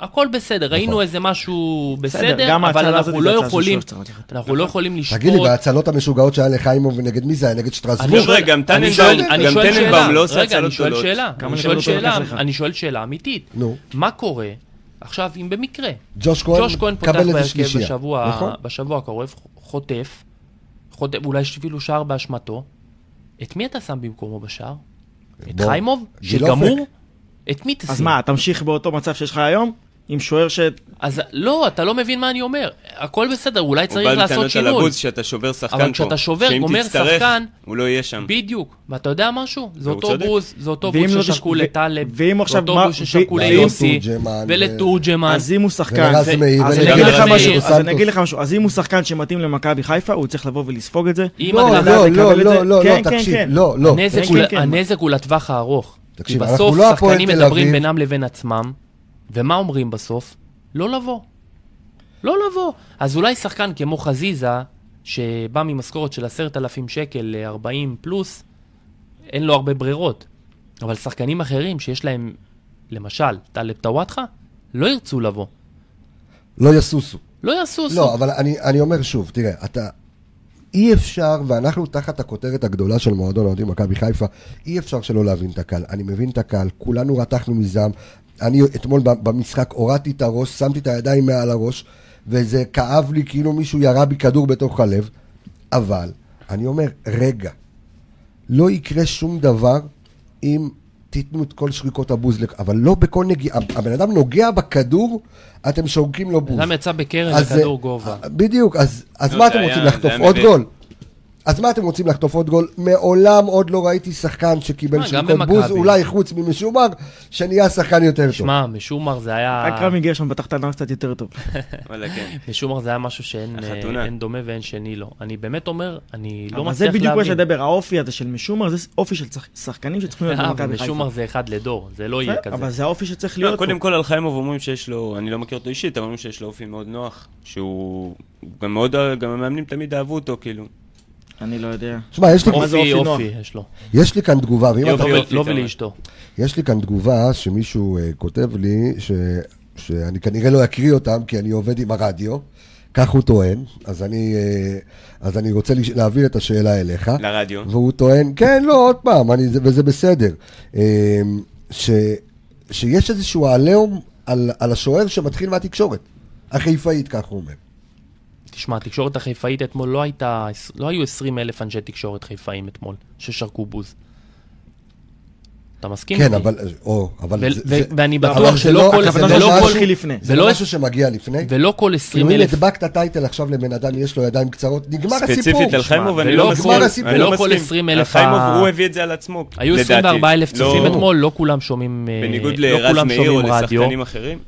הכל בסדר, ראינו
נכון.
איזה משהו
בסדר,
בסדר,
גם
אבל
ההצלה
אנחנו
הזאת
לא
היא הצלה של
יכולים,
שוער שצריך לקחת.
אנחנו לא יכולים לשפוט.
תגיד לי, בהצלות המשוגעות שהיה לחיימוב נגד מי זה היה? נגד שטרסבורג?
אני שואל-
חבר'ה, גם
אני
טננבאום-
שואל-
גם
אני שואל
טננבאום
שאלה.
לא עושה
רגע, אני
הצלות
שואל
גדולות.
שאלה,
כמה
אני שואל
נקודות הוא
שאלה,
לקח לך?
אני שואל שאלה אמיתית.
נו.
מה קורה עכשיו אם במקרה
ג'וש כהן
ג'וש כהן פותח
קבל איזה
בהרכב
שלישייה.
בשבוע-
נכון?
בשבוע הקרוב, חוטף, חוטף, אולי אפילו שער באשמתו, את מי אתה שם במקומו בשער? את
בוא.
חיימוב?
גיל
שגמור? את מי תשים?
אז מה, תמשיך באותו מצב שיש לך היום? עם שוער ש...
אז לא, אתה לא מבין מה אני אומר. הכל בסדר, אולי
הוא
צריך
בא בטענות
לעשות
על
שינוי.
הבוז שאתה שובר שחקן פה.
אבל כשאתה שובר,
שאם
גומר
תצטרך,
שחקן-
הוא לא יהיה שם.
בדיוק. ואתה יודע משהו? זה
והוא
אותו
צודק.
בוז, זה אותו
ואם
בוז
לא
ששקו
תש-
לטלב.
ו- ואם עכשיו
זה
מה-
אותו בוז ששקו
ו-
ליוסי.
ולתורג'מן,
ולתורג'מן.
אז אם הוא שחקן...
ולרז מאיר,
אז אני
ולרז
אגיד לך
מאיר,
משהו, אז אני
סנטוס.
אגיד לך משהו, אז אם הוא שחקן שמתאים למכבי חיפה, הוא צריך לבוא ולספוג את זה.
אם
לא,
אתה-
אתה
לא,
לקבל
לא,
את זה?
לא, לא,
כן,
לא,
כן,
תקשיב,
כן.
לא, לא.
הנזק,
כן,
הוא,
כן.
הנזק הוא לטווח הארוך.
תקשיב,
כי
אנחנו
בסוף
לא הפועל
שחקנים
תל
מדברים
אביב.
בינם לבין עצמם, ומה אומרים בסוף? לא לבוא. לא לבוא. אז אולי שחקן כמו חזיזה, שבא ממשכורת של עשרת אלפים שקל ל-40 פלוס, אין לו הרבה ברירות. אבל שחקנים אחרים שיש להם, למשל, טלב טוואטחה, לא ירצו לבוא.
לא יסוסו.
לא יעשו
לא, אבל אני, אני אומר שוב, תראה, אתה... אי אפשר, ואנחנו תחת הכותרת הגדולה של מועדון האוהדים מכבי חיפה, אי אפשר שלא להבין את הקהל. אני מבין את הקהל, כולנו רתחנו מזעם. אני אתמול ב- במשחק הורדתי את הראש, שמתי את הידיים מעל הראש, וזה כאב לי כאילו מישהו ירה בי כדור בתוך הלב. אבל, אני אומר, רגע, לא יקרה שום דבר אם תיתנו את כל שריקות הבוז, לכ- אבל לא בכל נגיעה. הבן אדם נוגע בכדור, אתם שורקים לו בוז.
אדם יצא בקרן
אז זה- אה,
לכדור גובה.
בדיוק, אז, אז
לא,
מה
זה
אתם
היה-
רוצים
זה
לחטוף?
היה
עוד
מביך.
גול. אז מה אתם רוצים לחטוף עוד גול? מעולם עוד לא ראיתי שחקן שקיבל
מה, גם
שריקות בוז,
במכבי.
אולי חוץ ממשומר, שנהיה שחקן יותר טוב.
שמע, משומר זה היה...
רק רמי גרשון פתח את הנוער קצת יותר טוב.
לא
וואלה,
<laughs>
כן.
משומר זה היה משהו שאין
החתונה.
אה, אין דומה ואין שני לו. אני באמת אומר, אני לא
אבל
מצליח
זה
להבין.
בדיוק מה שדבר, האופי הזה של משומר, זה אופי של שח- שחקנים שצריכים להיות
אה,
במכבי
משומר
חיפה.
זה אחד לדור, זה לא יהיה
בסדר, אבל
כזה.
זה האופי שצריך
לא,
להיות פה.
קודם כל על חיימוב אומרים שיש לו, אני לא מכיר אותו אישית, אבל אומרים שיש לו אופי מאוד נוח, שהוא גם מאוד, גם המאמנים תמיד אהבו אותו, כאילו.
אני לא יודע.
שמע, יש, לי-
מה זה
אופי,
אופי נוח?
אופי, יש לו.
יש לי כאן תגובה, ואם אתה...
יופי,
לא ב-
יופי,
לא
אתה אומר.
ולאשתו.
יש לי כאן תגובה שמישהו אה, כותב לי, ש... שאני כנראה לא אקריא אותם, כי אני עובד עם הרדיו, כך הוא טוען, אז אני, אה, אז אני רוצה לש- להעביר את השאלה אליך.
לרדיו.
והוא טוען, כן, לא, עוד פעם, אני, זה- וזה בסדר. אה, ש, שיש איזשהו עליהום על, על השוער שמתחיל מהתקשורת. החיפאית, כך הוא אומר.
תשמע, התקשורת החיפאית אתמול לא הייתה, לא היו 20 אלף אנשי תקשורת חיפאים אתמול, ששרקו בוז. אתה מסכים?
כן,
איתי?
אבל, או, אבל
ו-
זה-
ו-
זה-
ואני
אבל
בטוח
זה
שלא
לא-
כל-
הכוונה
זה
זה
לא
משהו
כל-
שהתחיל לפני.
זה
ולא-
לא משהו שמגיע לפני.
ולא כל
כאילו,
20
אם
אלף,
הדבקת טייטל עכשיו לבן אדם, יש לו ידיים קצרות, נגמר הסיפור.
ספציפית על חיימוב, אני
ולא
לא
כל-
מסכים.
ולא
אני לא
כל
מסכים.
20,000
על חיימוב,
ה-
הוא הביא את זה על עצמו,
היו
לדעתי.
24 אלף
לא-
צופים אתמול, לא כולם שומעים אה,
בניגוד
לא
לרז
כולם
מאיר או
שומעים רדיו.
לשחקנים אחרים.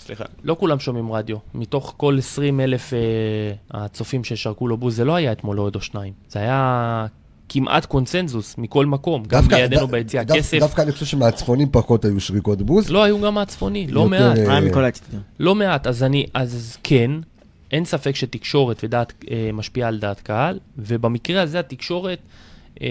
סליחה.
לא כולם שומעים רדיו. מתוך כל 20 אלף אה, הצופים ששרקו לו בוז, זה לא היה אתמול עוד או שניים. זה היה כמעט קונצנזוס מכל מקום. גם
דווקא-
לידינו
ד-
ביציע
דווקא-
כסף.
דווקא אני חושב שמהצפונים פחות היו שריקות בוז.
לא, היו גם מהצפוני, לא
יותר,
מעט.
אה,
מה מכל האצטדיון?
לא מעט. אז אני, אז כן, אין ספק שתקשורת ודעת אה, משפיעה על דעת קהל, ובמקרה הזה התקשורת... אה,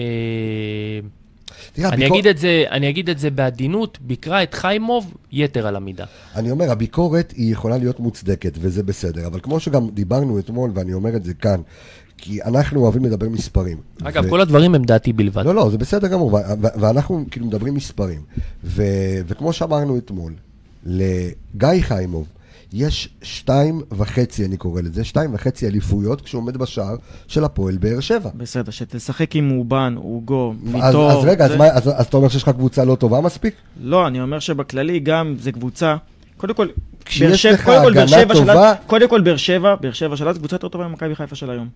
תראה,
אני,
הביקור-
אגיד את זה, אני אגיד את זה בעדינות, ביקרה את חיימוב יתר על המידה.
אני אומר, הביקורת היא יכולה להיות מוצדקת, וזה בסדר. אבל כמו שגם דיברנו אתמול, ואני אומר את זה כאן, כי אנחנו אוהבים לדבר מספרים.
אגב, כל הדברים הם דעתי בלבד.
לא, לא, זה בסדר גמור, ו- ו- ואנחנו כאילו מדברים מספרים. ו... וכמו שאמרנו אתמול, לגיא חיימוב יש שתיים וחצי, אני קורא לזה, שתיים וחצי אליפויות כשהוא עומד בשער של הפועל באר שבע.
בסדר, שתשחק עם מאובן, אוגו,
אז,
ויטור.
אז רגע, אז,
זה-
מה, אז, אז אתה אומר שיש לך קבוצה לא טובה מספיק?
לא, אני אומר שבכללי גם זה קבוצה, קודם כל,
כשיש
באר שבע-
לך
קודם כל, באר
הגנה
שבע של אז-
טובה-
קודם כל באר שבע, באר שבע של אז קבוצה יותר טובה ממכבי חיפה של היום.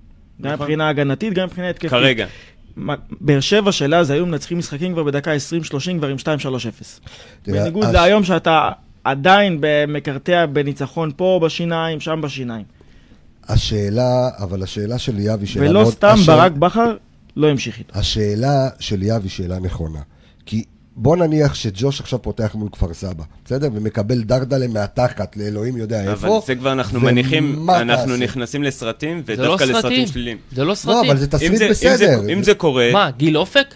גם
נכון.
מבחינה הגנתית, גם מבחינה התקפית.
כרגע.
מה- באר שבע של אז היו מנצחים משחקים כבר בדקה 20-30 כבר עם 2-3-0.
תראה,
בניגוד
הש-
להיום שאתה עדיין מקרטע בניצחון פה בשיניים, שם בשיניים.
השאלה, אבל השאלה של ליאב היא שאלה
ולא
מאוד...
סתם
השאל-
ברק בכר לא המשיך איתו.
השאלה של ליאב היא שאלה נכונה. כי בוא נניח שג'וש עכשיו פותח מול כפר סבא, בסדר? ומקבל דרדלה מהתחת לאלוהים יודע איפה.
אבל זה כבר אנחנו
ומה
מניחים,
תעשה?
אנחנו נכנסים לסרטים,
זה לא
ודווקא
סרטים.
לסרטים שליליים.
זה לא
לא,
סרטים.
אבל זה
אם
תסריט
זה- אם זה-
בסדר.
אם זה קורה...
מה, גיל אופק?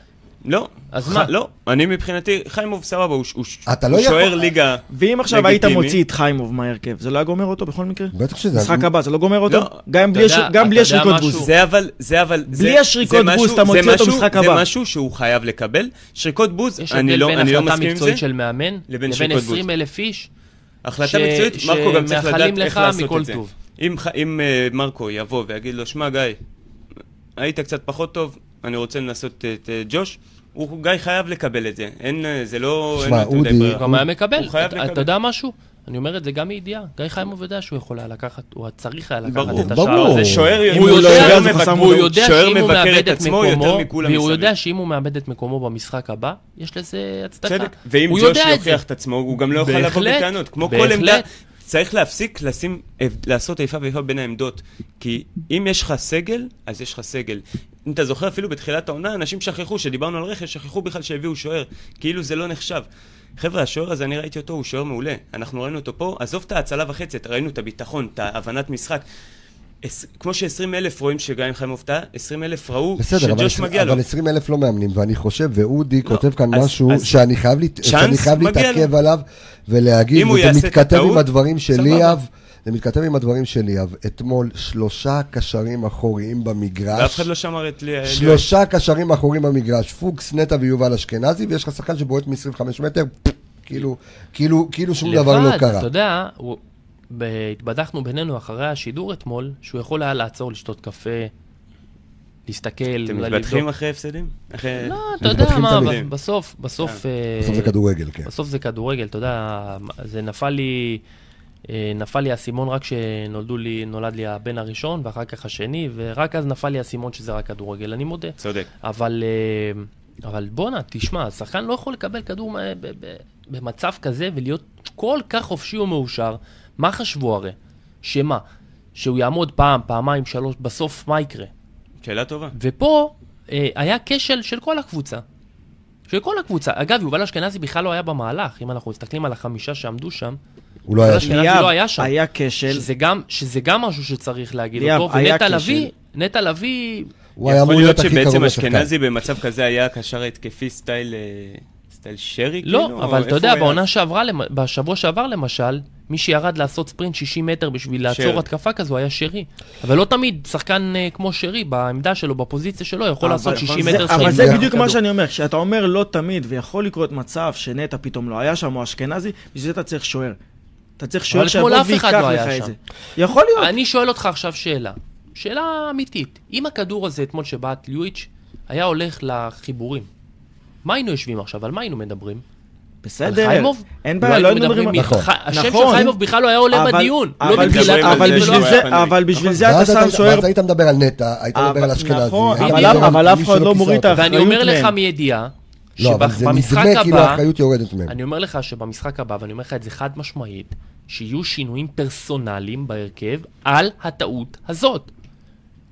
לא.
אז
ח-
מה?
לא. אני מבחינתי, חיימוב סבבה, הוא ש- הוא ש-
אתה לא
הוא שוער
יכול-
ליגה.
ואם עכשיו היית
לגיטימי.
מוציא את חיימוב מההרכב, זה לא היה גומר אותו בכל מקרה?
בטח שזה...
משחק הבא, זה לא גומר אותו?
לא,
גם
אתה
בלי
יודע-
הש- גם
אתה
בלי
יודע
השריקות
משהו?
בוז.
זה אבל, זה אבל... זה-
בלי השריקות
זה
בוז,
משהו-
אתה מוציא
זה
אותו
משהו-
משחק
זה
הבא.
משהו שהוא חייב לקבל. שריקות בוז,
יש
אני
הבדל
לא
בין
אני לא
החלטה
מסכים עם זה.
מקצועית של מאמן לבין
שריקות בוז.
20 אלף איש. ש-
החלטה מקצועית, מרקו גם צריך
שמאחלים
לדעת איך
לך
לעשות
מכל
את זה.
טוב.
אם ח- אם אה, מרקו יבוא ויגיד לו, שמע גיא, היית קצת פחות טוב, אני רוצה לנסות את אה, ג'וש, הוא, גיא חייב לקבל את זה. אין, אה, זה לא...
שמע,
אין לו יותר
אודי-
הוא
מדי ברירה.
גם היה מקבל.
הוא חייב
אתה-
לקבל.
אתה יודע משהו? אני אומר את זה גם מידיעה. גיא חיימוב יודע שהוא יכול היה לקחת, הוא צריך היה לקחת
ברור,
את השער
ברור.
הזה.
זה שוער
אם הוא לא
יותר
יודע,
מבקר-
חסם
הוא
מודעות.
יודע
שוער
שאם הוא
מבקר
מאבד את
עצמו יותר
מקומו,
מכולם
והוא יודע
מסביב.
שאם הוא מאבד את מקומו במשחק הבא, יש לזה הצדקה.
צדק. ואם
הוא
ג'וש
יודע את זה.
יוכיח את עצמו, הוא גם לא יוכל לבוא
בהחלט,
בטענות. כמו כל
בהחלט.
עמדה, צריך להפסיק לשים, לעשות איפה ואיפה בין העמדות. כי אם יש לך סגל, אז יש לך סגל. אם אתה זוכר, אפילו בתחילת העונה, אנשים שכחו, שדיברנו על רכש, שכחו בכלל שהביאו שוער. כאילו זה לא נחשב. חבר'ה, השוער הזה, אני ראיתי אותו, הוא שוער מעולה. אנחנו ראינו אותו פה, עזוב את ההצלה וחצי, ראינו את הביטחון, את ההבנת משחק. עש- כמו ש-20 אלף רואים שגיא חיימוב טעה, 20 אלף ראו
בסדר, אבל,
שג'וש
עשרים-
מגיע לו.
אבל 20 אלף לא מאמנים, ואני חושב, ואודי
לא,
כותב כאן
אז-
משהו
אז-
שאני חייב, להת...
צ'אנס
שאני חייב
מגיע
להתעכב
לו.
עליו ולהגיד,
אם הוא
וזה
יעשה את
מתכתב עם
הטעות,
הדברים של
סבבה.
ליאב, זה מתכתב עם הדברים של ליאב. אתמול שלושה קשרים אחוריים במגרש.
ואף אחד לא שמר את לי...
שלושה קשרים אחורים במגרש, פוקס, נטע ויובל אשכנזי, ויש לך שחקן שבועט מ-25 מטר, כאילו, כאילו, כאילו שום דבר לא
לבד,
קרה.
אתה יודע, הוא- ב- התבדחנו בינינו אחרי השידור אתמול, שהוא יכול היה לעצור, לשתות קפה, להסתכל,
אתם
לבדוק.
מתבטחים אחרי הפסדים? אחרי...
לא, אתה יודע
מתבדחים
מה,
תמיד.
ב- בסוף, בסוף... אה,
בסוף זה כדורגל, כן.
בסוף זה כדורגל, אתה יודע, זה נפל לי, אה, נפל לי האסימון רק כשנולדו לי, נולד לי הבן הראשון ואחר כך השני, ורק אז נפל לי האסימון שזה רק כדורגל, אני מודה.
צודק.
אבל, אה, אבל בואנה, תשמע, שחקן לא יכול לקבל כדור מה- ב- ב- במצב כזה ולהיות כל כך חופשי ומאושר. מה חשבו הרי? שמה? שהוא יעמוד פעם, פעמיים, שלוש, בסוף מה יקרה?
שאלה טובה.
ופה אה, היה כשל של כל הקבוצה. של כל הקבוצה. אגב, יובל אשכנזי בכלל לא היה במהלך, אם אנחנו מסתכלים על החמישה שעמדו שם,
הוא לא היה...
השאלה
ליאב,
זה לא היה שם.
היה כשל,
שזה גם, שזה גם משהו שצריך להגיד
ליאב,
אותו,
היה
ונטע
כשל.
לביא, נטע לביא,
הוא היה אמור להיות הכי
יכול
קרוב
להיות
לשחקן.
שבעצם אשכנזי במצב כזה היה קשר התקפי סטייל... אה, סטייל שרי? כאילו?
לא, אבל
איפה
אתה יודע,
הוא היה?
בעונה שעברה, למ- בשבוע שעבר למשל, מי שירד לעשות ספרינט 60 מטר בשביל
שרי.
לעצור התקפה כזו היה שרי. אבל לא תמיד שחקן אה, כמו שרי, בעמדה שלו, בפוזיציה שלו, יכול
אבל-
לעשות
אבל
60
זה-
מטר
זה,
ספרינט.
אבל זה
שהם
בדיוק
כדור.
מה שאני אומר, כשאתה אומר לא תמיד ויכול לקרות מצב שנטע פתאום לא היה שם או אשכנזי, בשביל זה אתה צריך שוער. אתה צריך שוער
אבל אתמול
שיבוא
אף אחד
וייקח
לא
לך
היה
את
שם.
זה. יכול להיות.
אני שואל אותך עכשיו שאלה, שאלה אמיתית. אם הכדור הזה אתמול שבעט ליואיץ' היה הולך לחיבורים, מה היינו יושבים עכשיו? על מה היינו מדברים?
בסדר,
על חיימוב?
אין בעיה, לא
לא
היינו
היינו
מדברים
מדברים...
על...
נכון.
ח- השם של
נכון.
חיימוב בכלל לא היה עולה
אבל-
בדיון. לא
אבל
מדברים
בתחילת...
על
אבל
זה שהוא
בשביל
היה
זה-
פנוי.
אבל בשביל זה אתה
נכון. ואז
שם
אתה-
שוער
ואז היית מדבר על נטע, היית מדבר על
אבל-
אשכנזי.
נכון,
היית
אבל-
מדבר על
אבל אף
מישהו
אחד לא
כיסה
מוריד את
אותו.
ואני אומר
האחריות
לך
מהם.
מידיעה,
לא, אבל זה
שבמשחק
נדמה כאילו
הבא...
האחריות יורדת ממנו.
אני אומר לך שבמשחק הבא, ואני אומר לך את זה חד משמעית, שיהיו שינויים פרסונליים בהרכב על הטעות הזאת.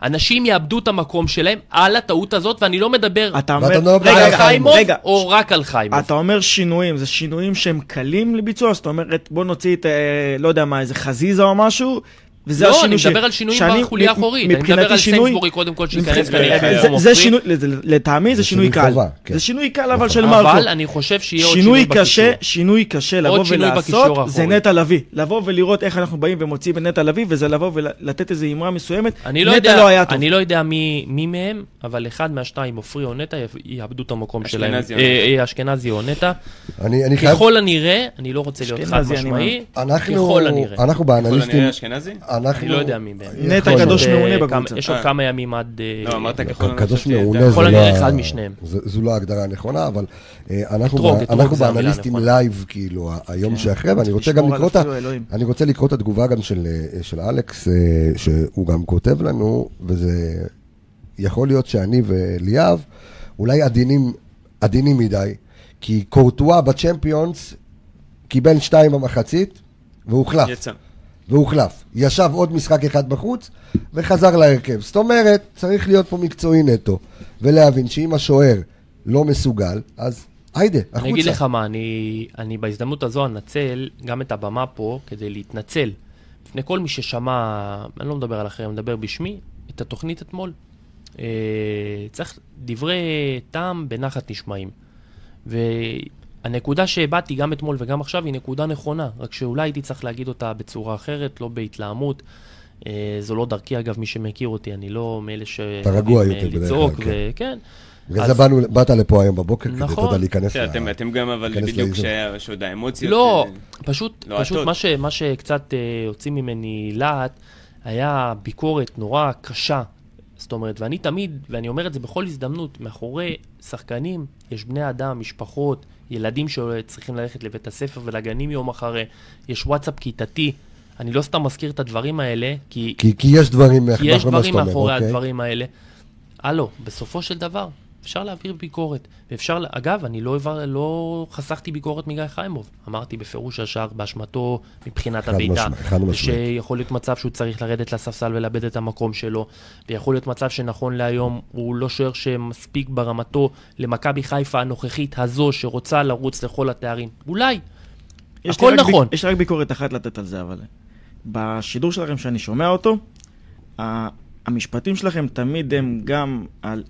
אנשים יאבדו את המקום שלהם על הטעות הזאת, ואני לא מדבר
אתה
ואתה
אומר,
לא מדבר
רגע,
על
על חיימוב
רגע,
או רק על חיימוב.
אתה אומר שינויים, זה שינויים שהם קלים לביצוע, זאת אומרת, בוא נוציא את, אה, לא יודע מה, איזה חזיזה או משהו, וזה
לא,
השינוי
אני
ש-
מדבר על שינויים
שאני-
בחוליה
מ-
האחורית. אני
מבחינתי
מדבר על
שינוי-
סיינסבורי קודם כל, שייכנס
מבחינתי-
כנראה
אה, זה-
כנראה
במקום
זה
מפריד,
שינוי, לזה- לטעמי
זה
זה שינוי
שינוי
קל.
חובה, כן.
זה שינוי קל, אבל
נכון.
של מרקו.
אבל אני חושב שיהיה עוד שינוי
שינוי קשה,
בקישור.
שינוי קשה
עוד
לבוא
שינוי
ולעשות,
בקישור
זה
האחורי.
נטע לביא. לבוא ולראות איך אנחנו באים ומוציאים את נטע לביא, וזה לבוא ולתת איזו אמרה מסוימת.
אני לא
נטע
יודע,
לא היה טוב.
אני לא יודע מי, מי מהם, אבל אחד מהשניים, עופרי או נטע, יפ- יאבדו את המקום שלהם.
אשכנזי או
אה,
נטע.
אה, אשכנזי או נטע.
אני אני חייב...
ככל הנראה, אני לא רוצה להיות חד
אשכנזי, אני
משמעי,
אנחנו...
ככל הנראה.
אנחנו
יכול
באנליסטים...
הנראה אשכנזי?
אנחנו...
אני לא יודע מי מהם.
נטע
יכול
קדוש
יש עוד,
מעולה
אה, כמה-
בקבוצה.
יש עוד
אה.
כמה ימים עד... אה,
לא, אמרת ככל הנראה.
קדוש
חשבתי,
מעונה
אתה-
זה
יכול
לא
הנראה
ה-
אחד משניהם.
זה- זו לא ההגדרה הנכונה, אבל אה, אנחנו
אתרוג,
ב-
אתרוג
אנחנו
זה המילה
באנליסטים
הנכונה. כן.
לייב, כאילו, ה- היום שאחרי, ואני רוצה גם
לשמור על
לקרוא את ה...
אפילו אלוהים.
אני רוצה לקרוא את התגובה גם של, אה, של אלכס, אה, שהוא גם כותב לנו, וזה יכול להיות שאני וליאב אולי עדינים, עדינים מדי, כי קורטואה בצ'מפיונס קיבל שתיים במחצית, והוחלף.
יצא.
והוחלף. ישב עוד משחק אחד בחוץ, וחזר להרכב. זאת אומרת, צריך להיות פה מקצועי נטו, ולהבין שאם השוער לא מסוגל, אז היידה, החוצה.
אני אגיד לך מה, אני, אני בהזדמנות הזו אנצל גם את הבמה פה כדי להתנצל בפני כל מי ששמע, אני לא מדבר על אחרים, אני מדבר בשמי, את התוכנית אתמול. אה, צריך דברי טעם בנחת נשמעים. והנקודה שהבעתי גם אתמול וגם עכשיו היא נקודה נכונה, רק שאולי הייתי צריך להגיד אותה בצורה אחרת, לא בהתלהמות. אה, זו לא דרכי, אגב, מי שמכיר אותי, אני לא מאלה ש...
אתה רגוע יותר בדרך כלל,
לצעוק,
כן.
וכן.
בגלל
אז-
זה באנו- באת לפה היום בבוקר, כדי, אתה
נכון.
יודע, להיכנס
בסדר,
ל-
כן, אתם- אתם גם, אבל
לא- להיכנס
בדיוק
לאיזון.
שיש עוד האמוציות.
לא,
אה,
פשוט,
לא,
פשוט
הטוט.
מה, ש, מה שקצת אה, הוציא ממני להט, היה ביקורת נורא קשה, זאת אומרת, ואני תמיד, ואני אומר את זה בכל הזדמנות, מאחורי שחקנים יש בני אדם, משפחות, ילדים שצריכים ללכת לבית הספר ולגנים יום אחרי, יש וואטסאפ כיתתי. אני לא סתם מזכיר את הדברים האלה, כי,
כי, כי יש דברים מאח-
כי יש
מאחורי מה
דברים
שאתה אומר,
מאחורי
אוקיי?
הדברים האלה. הלו, בסופו של דבר, אפשר להעביר ביקורת. ואפשר, לה- אגב, אני לא, עבר, לא חסכתי ביקורת מגיא חיימוב. אמרתי בפירוש השער באשמתו מבחינת
חד
הבעיטה.
משמעי, חד משמעי.
שיכול להיות מצב שהוא צריך לרדת לספסל ולאבד את המקום שלו, ויכול להיות מצב שנכון להיום הוא לא שוער שמספיק ברמתו למכבי חיפה הנוכחית הזו שרוצה לרוץ לכל התארים. אולי.
יש
הכל
לי רק
נכון.
ביק, יש לי רק ביקורת אחת לתת על זה, אבל... בשידור שלכם שאני שומע אותו, ה- המשפטים שלכם תמיד הם גם על...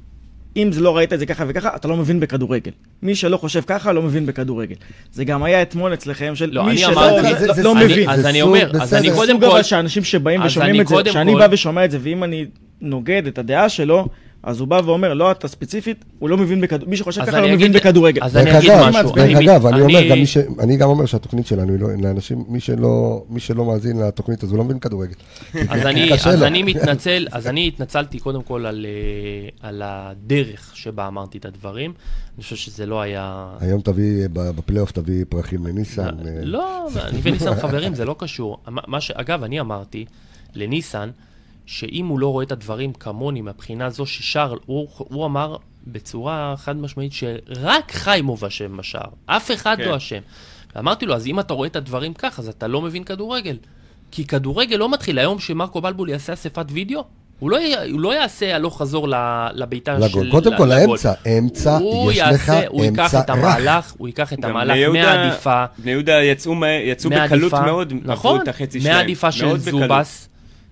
אם זה לא ראית את זה ככה וככה, אתה לא מבין בכדורגל. מי שלא חושב ככה, לא מבין בכדורגל. זה גם היה אתמול אצלכם של
לא,
מי
אני
שלא
אמרתי-
לא-
זה-
זה-
לא
אני-
מבין.
אז
זה
אני
סוג-
אומר, אז
בסדר.
אני
זה
קודם
סוג אבל
כל...
שאנשים שבאים
אז
ושומעים
אני
את זה,
קודם
כשאני
כל-
בא ושומע את זה, ואם אני נוגד את הדעה שלו, אז הוא בא ואומר, לא, אתה ספציפית, הוא לא מבין בכדורגל. מי שחושב
אז
ככה
אני
לא
אגיד-
מבין בכדורגל.
אז
דרך
אני אגיד
אגב,
משהו,
דרך
אני-
אגב, אני אומר,
אני-
גם מי ש- אני גם אומר שהתוכנית שלנו היא לא, לאנשים, מי שלא, מי שלא מאזין לתוכנית, אז הוא לא מבין כדורגל. <laughs>
אז אני,
קשה
אז
לו.
אני מתנצל, אז אני התנצלתי קודם כל על, אה, על הדרך שבה אמרתי את הדברים. אני חושב שזה לא היה...
היום תביא, ב- בפלייאוף תביא פרחים לניסן. אה,
לא, אני וניסן חברים, זה לא קשור. מה- מה ש... אגב, אני אמרתי לניסן, שאם הוא לא רואה את הדברים כמוני מהבחינה זו ששאר, הוא, הוא אמר בצורה חד משמעית שרק חיימוב אשם בשער, אף אחד
כן.
לא אשם. אמרתי לו, אז אם אתה רואה את הדברים כך, אז אתה לא מבין כדורגל. כי כדורגל לא מתחיל היום שמרקו בלבול יעשה אספת וידאו. הוא לא, י- הוא לא יעשה הלוך חזור ל- לביתה
לגול.
של...
קודם כל,
לגול.
האמצע, אמצע,
הוא
יש לך
יעשה, הוא ייקח
אמצע
את
רך.
המהלך, הוא ייקח את
גם
המהלך
ליהודה-
מהעדיפה,
בני יהודה יצאו מה- יצאו בקלות
מעדיפה-
מאוד, עברו
נכון,
את החצי שלהם.
מהעדיפה של
מאוד בקלות.
זובס,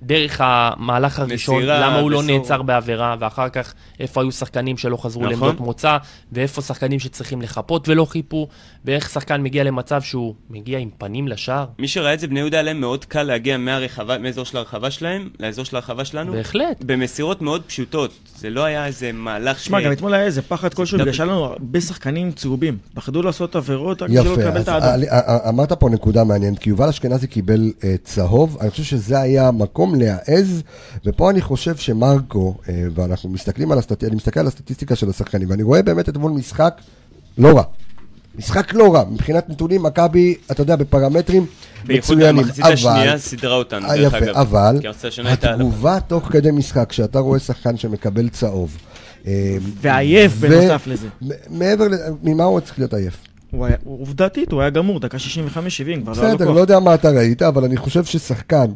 דרך המהלך הראשון,
מסירה,
למה הוא לא
מסור.
נעצר בעבירה, ואחר כך איפה היו שחקנים שלא חזרו
נכון.
לעמדות מוצא, ואיפה שחקנים שצריכים לחפות ולא חיפו, ואיך שחקן מגיע למצב שהוא מגיע עם פנים לשער.
מי שראה את זה, בני יהודה היה להם מאוד קל להגיע מהרחבה, מאזור של הרחבה שלהם, לאזור של הרחבה שלנו,
בהחלט.
במסירות מאוד פשוטות. זה לא היה איזה מהלך ש...
תשמע, גם אתמול היה איזה פחד כלשהו, בגלל
דוד.
שהיה לנו הרבה שחקנים צהובים. פחדו לעשות עבירות רק בשביל לא
יפה,
לקבל
אז
את האדם.
א- א- אמרת פה נקודה מעניינת, כי יובל אשכנזי קיבל אה, צהוב, אני חושב שזה היה המקום להעז, ופה אני חושב שמרקו, אה, ואנחנו מסתכלים על הסטטיסטיקה, אני מסתכל על הסטטיסטיקה של השחקנים, ואני רואה באמת אתמול משחק לא רע. משחק לא רע, מבחינת נתונים, מכבי, אתה יודע, בפרמטרים
בייחוד
מצוינים,
המחצית
אבל...
השנייה סידרה אותנו,
אה,
דרך
יפה,
אגב.
אבל
כי ארצה השנה הייתה עליו.
התגובה תוך כדי משחק, כשאתה רואה שחקן שמקבל צהוב, אה,
ועייף
ו-
בנוסף לזה.
מ- מעבר, ל- ממה הוא צריך להיות עייף?
לא,
הוא היה- הוא- עובדתית, הוא היה גמור, דקה 65-70, כבר לא היה לו
בסדר,
כוח.
לא יודע מה אתה ראית, אבל אני חושב ששחקן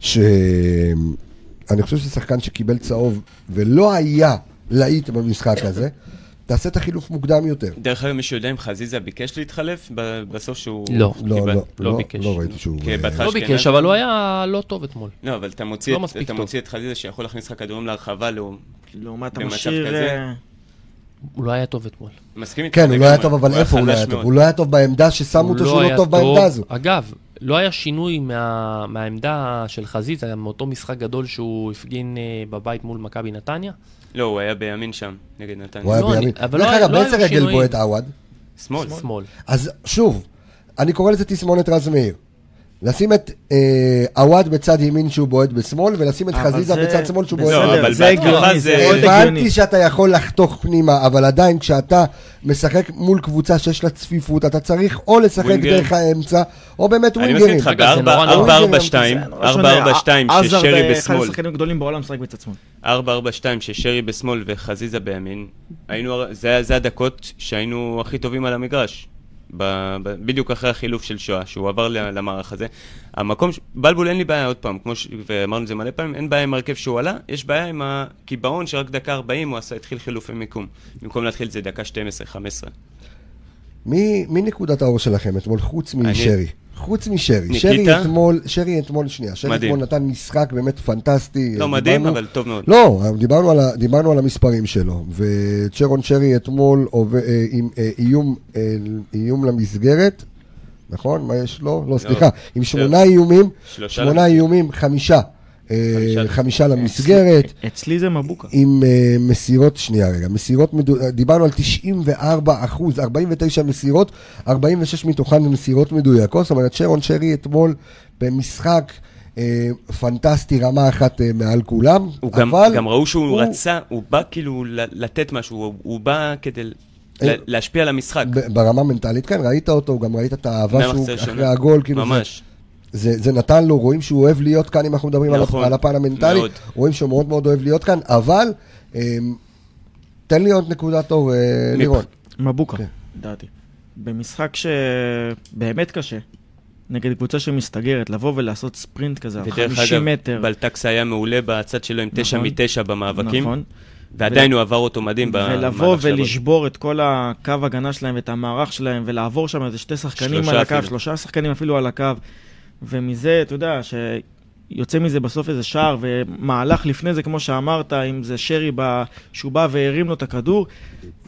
ש... אני חושב ששחקן שקיבל צהוב ולא היה להיט במשחק הזה, תעשה את החילוף מוקדם יותר.
דרך אגב, מישהו יודע אם חזיזה ביקש להתחלף ב- בסוף שהוא...
לא.
לא,
קיבל?
לא,
לא
לא,
ביקש.
לא ראיתי שהוא...
כי
אה,
בהתחלה
לא
אשכנזי-
ביקש, אבל הוא היה לא טוב אתמול.
לא, אבל אתה מוציא,
לא
את,
מספיק
אתה
טוב.
מוציא את חזיזה שיכול להכניס לך כדורים להרחבה, לא...
לעומת
במצב
המשאיר...
כזה.
אה,
הוא לא היה טוב אתמול.
מסכים איתך
כן, הוא לא היה
לגמרי.
טוב, אבל איפה הוא לא
חלש
היה טוב?
מאוד.
הוא לא היה טוב בעמדה ששמו אותו שהוא לא טוב בעמדה הזו.
אגב, לא היה שינוי מה, מהעמדה של חזיזה, מאותו משחק גדול שהוא הפגין אה, בבית מול מכבי נתניה.
לא, הוא היה בימין שם, נגד נתניה.
הוא היה
לא, אני-
בימין.
אבל
דרך
לא היה-
אגב,
לא
באיזה
היו
רגל
שינויים.
בועט עווד?
שמאל.
שמאל.
אז שוב, אני קורא לזה תסמונת רז מאיר. לשים את אה, עווד בצד ימין שהוא בועט בשמאל, ולשים את
אבל
חזיזה
זה-
בצד שמאל שהוא בועט
בסדר,
ימין.
אה, לא, אבל
זה
בהתקפה זה-
הגיוני, זה מאוד הגיוני.
הבנתי שאתה יכול לחתוך פנימה, אבל עדיין כשאתה משחק מול קבוצה שיש לה צפיפות, אתה צריך או לשחק
ווינגר.
דרך האמצע, או באמת
אני מסכים
ווינגרים.
איתך,
רגע, זה נורא נורא.
זה
4-4-2,
נורא שונה.
4-4-2
עזר
ששרי
באחד
בשמאל,
אה, השחקנים הגדולים בעולם משחק בצד שמאל.
4-4-2 ששרי בשמאל וחזיזה בימין, היינו, זה, היה- זה הדקות שהיינו הכי טובים על המגרש. ב, ב, בדיוק אחרי החילוף של שואה, שהוא עבר ל- למערך הזה. המקום, ש... בלבול אין לי בעיה, עוד פעם, כמו ש... ואמרנו את זה מלא פעמים, אין בעיה עם הרכב שהוא עלה, יש בעיה עם הקיבעון שרק דקה 40 הוא עשה, התחיל חילופי מיקום. במקום להתחיל את זה דקה 12-15.
מי מי נקודת האור שלכם אתמול, חוץ
אני.
משרי? חוץ משרי.
ניקיטה?
שרי אתמול, שרי אתמול, שנייה, שרי
מדהים.
אתמול נתן משחק באמת פנטסטי. אה,
לא מדהים,
דיברנו-
אבל טוב מאוד.
לא, דיברנו על, ה- דיברנו על המספרים שלו, וצ'רון שרי אתמול עוב, אה, עם אה, איום, אה, איום למסגרת, נכון? מה יש לו? לא, סליחה, עם שמונה איומים,
שלושה
שמונה איומים, חמישה, אה,
חמישה.
חמישה למסגרת,
אצלי זה מבוקה.
עם אה, מסירות, שנייה רגע, מסירות, מדו- דיברנו על 94 אחוז, 49 מסירות, 46 מתוכן זה מסירות מדויקות, זאת אומרת שרון שרי אתמול במשחק אה, פנטסטי, רמה אחת אה, מעל כולם,
הוא גם,
אבל...
גם ראו שהוא
הוא-
רצה, הוא בא כאילו ל- לתת משהו, הוא, הוא בא כדי ל-
אה,
להשפיע על המשחק.
ב- ברמה המנטלית, כן, ראית אותו, גם ראית את האהבה שהוא
מהמחצה
אחרי
הראשונה.
הגול, כאילו, זה-
ממש.
זה, זה נתן לו, רואים שהוא אוהב להיות כאן, אם אנחנו מדברים נכון, על,
נכון,
הפ- על הפן המנטלי,
מאוד.
רואים שהוא מאוד מאוד אוהב להיות כאן, אבל אמ, תן לי עוד נקודת אור, אה,
מפ-
לירון.
מבוקה,
כן.
לדעתי. במשחק שבאמת קשה, נגד קבוצה שמסתגרת, לבוא ולעשות ספרינט כזה, על
ודרך
50
אגב,
מטר.
בלטקס היה מעולה בצד שלו עם 9
נכון.
מ-9 במאבקים,
נכון.
ועדיין
ול-
הוא עבר אותו מדהים במהלך של
ולבוא
הגול.
ולשבור את כל הקו הגנה שלהם ואת המערך שלהם, ולעבור שם איזה שתי שחקנים
שלושה
על הקו,
אפילו.
שלושה שחקנים אפילו על הקו, ומזה, אתה יודע, שיוצא מזה בסוף איזה שער ומהלך לפני זה, כמו שאמרת, אם זה שרי ב... שהוא בא והרים לו את הכדור,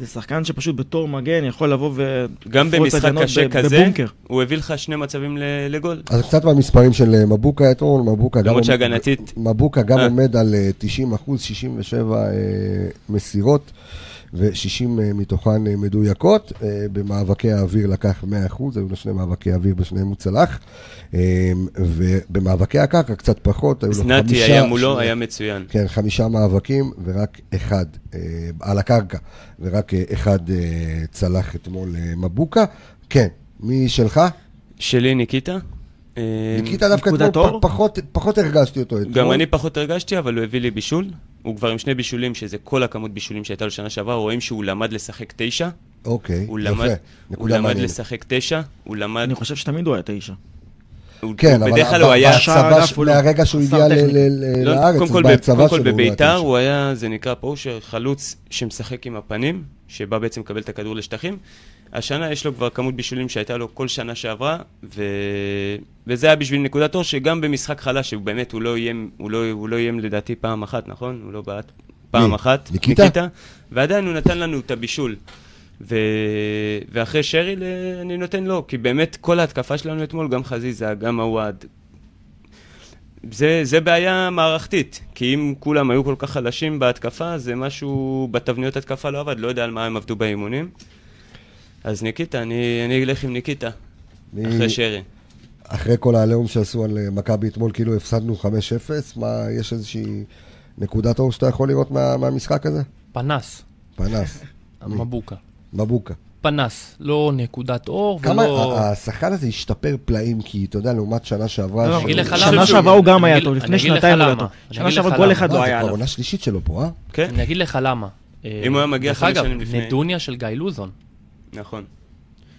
זה שחקן שפשוט בתור מגן יכול לבוא ו...
גם
לפרוץ
במשחק
הגנות
קשה
ב-
כזה,
בבונקר.
הוא הביא לך שני מצבים ל- לגול.
אז קצת מהמספרים של אה, מבוקה אתמול, מבוקה גם...
למרות
עומד-
שהגנתית-
מבוקה גם
אה.
עומד על אה, 90 אחוז, 67 אה, מסירות, ו-60 אה, מתוכן אה, מדויקות. אה, במאבקי האוויר לקח 100 אחוז, היו לו שני מאבקי אוויר, בשניהם הוא צלח. אה, ובמאבקי הקרקע קצת פחות, היו לו חמישה...
זנתי היה מולו,
שני-
היה מצוין.
כן, חמישה מאבקים ורק אחד אה, על הקרקע, ורק אה, אחד אה, צלח אתמול אה, מבוקה. כן, מי שלך?
שלי ניקיטה? אה,
ניקיטה דווקא
נקודת
אתמול
אור?
פ- פחות, פחות הרגשתי אותו אתמול.
גם אני פחות הרגשתי, אבל הוא הביא לי בישול. הוא כבר עם שני בישולים, שזה כל הכמות בישולים שהייתה לו שנה שעברה, רואים שהוא למד לשחק תשע.
אוקיי,
הוא
יפה.
למד, הוא
נקודה
למד
מעניינת.
לשחק תשע, הוא למד...
אני חושב שתמיד הוא היה תשע.
הוא-
כן,
הוא
אבל
בדרך כלל
ב-
הוא היה...
בשער
בהצבה,
אגף
ש-
הוא לא-
מהרגע שהוא
חסר
הגיע ל-
טכני.
ל- ל-
לא,
לארץ,
קודם
אז
כל, ב-
בהצבה
קודם כל
שלו הוא
בביתר
היה
הוא היה, זה נקרא פושר, חלוץ שמשחק עם הפנים, שבא בעצם לקבל את הכדור לשטחים. השנה יש לו כבר כמות בישולים שהייתה לו כל שנה שעברה, ו... וזה היה בשביל נקודת אור, שגם במשחק חלש, שהוא באמת, הוא לא איים, הוא לא, הוא לא איים לדעתי פעם אחת, נכון? הוא לא בעט פעם
מי?
אחת.
ניקיטה?
ועדיין הוא נתן לנו את הבישול. ו... ואחרי שרי ל- אני נותן לו, כי באמת כל ההתקפה שלנו אתמול, גם חזיזה, גם עווד, זה, זה בעיה מערכתית, כי אם כולם היו כל כך חלשים בהתקפה, זה משהו בתבניות התקפה לא עבד, לא יודע על מה הם עבדו באימונים. אז ניקיטה, אני, אני אלך עם ניקיטה,
מי-
אחרי שרי.
אחרי כל העליהום שעשו על אה, מכבי אתמול, כאילו הפסדנו 5-0, מה, יש איזושהי נקודת אור שאתה יכול לראות מה- מהמשחק הזה?
פנס,
<laughs>
פנס,
מבוקה.
מבוקה.
פנס, לא נקודת אור
כמה
לא-
אה,
ולא...
ה- השחקן הזה השתפר פלאים, כי אתה יודע, לעומת שנה שעברה...
לא,
שהוא-
אני אגיד לך למה.
שנה
אני
שעברה הוא גם היה
אגיד-
טוב,
אני
לפני
אגיד לך
שנתיים הוא היה
למה.
טוב.
אני
שנה
אגיד
שעברה
לך למה.
גול
מה,
אחד
זה
לא היה
כבר
עליו.
עונה שלישית שלו פה, אה?
כן,
אני אגיד לך למה. אה,
אם הוא היה מגיע חמש
דרך
שנים
אגב,
לפני.
נדוניה של גיא לוזון.
נכון.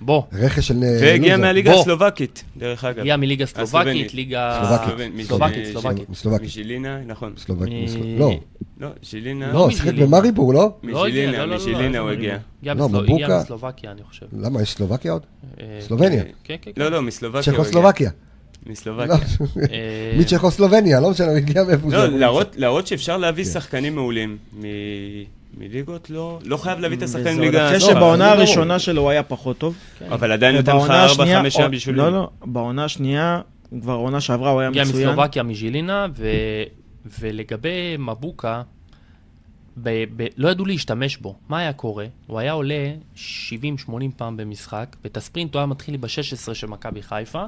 בוא,
רכש של... אה,
והגיע
לוזון.
מהליגה
בוא.
הסלובקית, דרך אגב.
הגיע מליגה
הסלובנית.
סלובקית, ליגה...
סלובקית.
סלובקית,
אה,
סלובקית.
מסלובקיה.
מז'ילינה, נכון.
סלובקיה.
מ-
מסלובקיה. לא,
לא, ז'ילינה.
לא,
לא
שיחק
מז'ילינה.
במאריבור, לא?
לא הגיע,
מז'ילינה,
לא, לא, לא, לא,
מז'ילינה הוא
לא,
הגיע.
הגיע
לא,
בסלו- הגיע
מבוקה.
מסלובקיה, אני חושב.
למה, יש סלובקיה עוד?
אה,
סלובניה.
כן, כן, כן.
לא, לא, מסלובקיה הוא הגיע.
צ'כוסלובקיה.
אוקיי.
לא,
מסלובקיה.
אה,
מצ'כוסלובניה, לא משנה, הוא הגיע מאיפה
לא,
זה.
להראות, להראות שאפשר להביא שחקנים מעולים מ- מליגות, לא, לא חייב להביא את השחקנים
וזה עוד
מליגה... לא.
אחרי
הסופה.
לא.
שבעונה
ברור.
הראשונה שלו הוא היה פחות טוב.
אבל עדיין נותן לך
ובעונה השנייה-
4-5
עוד-
בישולים.
לא, לא, בעונה השנייה, הוא כבר עונה שעברה, הוא היה
הגיע
מצוין.
מסלובקיה, מז'ילינה, ו... ולגבי מבוקה, ב... ב... לא ידעו להשתמש בו. מה היה קורה? הוא היה עולה 70-80 פעם במשחק, ואת הספרינט הוא היה מתחיל ב-16 של מכבי חיפה,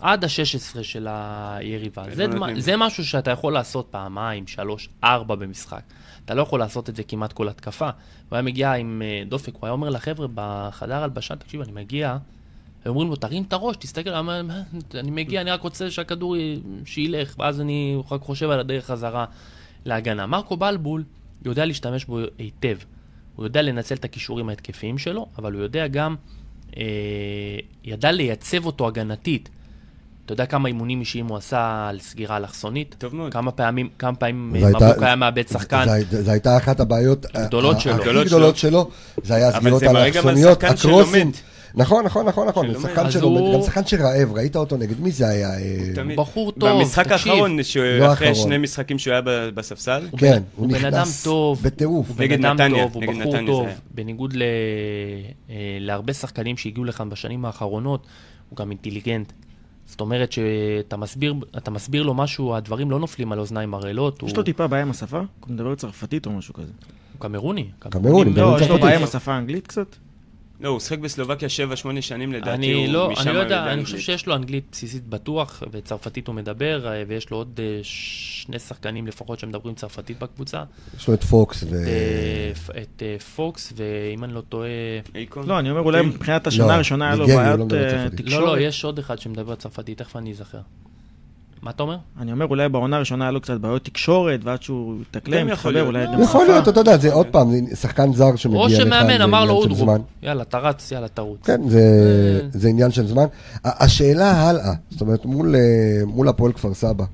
עד ה-16 של היריבה. זה,
לא
דמה...
נותנים.
זה משהו שאתה יכול לעשות פעמיים, שלוש, ארבע במשחק. אתה לא יכול לעשות את זה כמעט כל התקפה. הוא היה מגיע עם אה, דופק, הוא היה אומר לחבר'ה בחדר הלבשה, תקשיב, אני מגיע, הם אומרים לו, תרים את הראש, תסתכל, הוא אמר, "מה, אני מגיע, אני רק רוצה שהכדור י- שילך, ואז אני רק חושב על הדרך חזרה להגנה. מרקו בלבול יודע להשתמש בו היטב. הוא יודע לנצל את הכישורים ההתקפיים שלו, אבל הוא יודע גם, אה, ידע לייצב אותו הגנתית. אתה יודע כמה אימונים אישיים הוא עשה על סגירה אלכסונית?
טוב מאוד.
כמה פעמים, כמה פעמים
זו
אה,
הייתה-
מבוקה היה מאבד שחקן?
זו- זו- זו הייתה אחת הבעיות ה-
הגדולות
ה-
שלו.
הכי
הגדולות
גדולות שלו, זה היה
אבל
הסגירות
זה מראה גם על
האלכסוניות,
שחקן
הקרוסים.
שלומד.
נכון, נכון, נכון, נכון,
שלומד.
שחקן
אז
שלומד,
הוא-
גם שחקן שרעב, ראית אותו נגד מי זה היה? אה,
תמיד.
בחור טוב,
במשחק
תקשיב.
האחרון,
לא
שהוא- אחרי
האחרון.
שני משחקים שהוא היה ב- בספסל,
הוא
כן,
בן-
הוא
הוא בן אדם
נכנס
טוב,
בטירוף.
הוא בן
נגד
אדם
נתניה,
טוב, הוא
נגד
בחור
נתניה זה
טוב,
היה.
בניגוד ל... אה, להרבה שחקנים שהגיעו לכאן בשנים האחרונות, הוא גם אינטליגנט. זאת אומרת שאתה מסביר, אתה מסביר לו משהו, הדברים לא נופלים על אוזניים ערלות, הוא,
יש לו טיפה בעיה עם השפה? הוא מדבר צרפתית או משהו כזה.
הוא קמרוני.
קמרוני,
מאוד.
הוא
לא, יש לו
צרפתי.
בעיה עם השפה האנגלית קצת?
לא, הוא שיחק בסלובקיה 7-8 שנים לדעתי,
אני
הוא
לא,
משם
אני לא
הוא
יודע, אני
אנגלית.
חושב שיש לו אנגלית בסיסית בטוח, וצרפתית הוא מדבר, אה, ויש לו עוד אה, שני שחקנים לפחות שמדברים צרפתית בקבוצה.
יש לו את פוקס ו...
אה, פ- את אה, פוקס, ואם אני לא טועה...
איקון?
לא, אני אומר, אולי מבחינת השנה
לא,
הראשונה היה לו
ניגריה, הוא לא
בעיית
מדבר
אה,
צרפתית.
תקשורת.
לא, לא, יש עוד אחד שמדבר צרפתית, תכף אני אזכר. מה אתה אומר?
אני אומר, אולי בעונה הראשונה היה לו קצת בעיות תקשורת, ועד שהוא יתאקלם,
גם יכול
יתחבר,
להיות.
אולי גם
אה,
יכול
שפה.
להיות, אתה יודע, זה עוד פעם, זה שחקן זר שמגיע
או
לכאן.
שמאמן
זה
אמר
עניין
לו
של
אודרוב,
זמן.
יאללה, אתה רץ, יאללה, תרוץ.
כן, זה,
אה.
זה עניין של זמן. ה- השאלה הלאה, זאת אומרת, מול, אה, מול הפועל כפר סבא,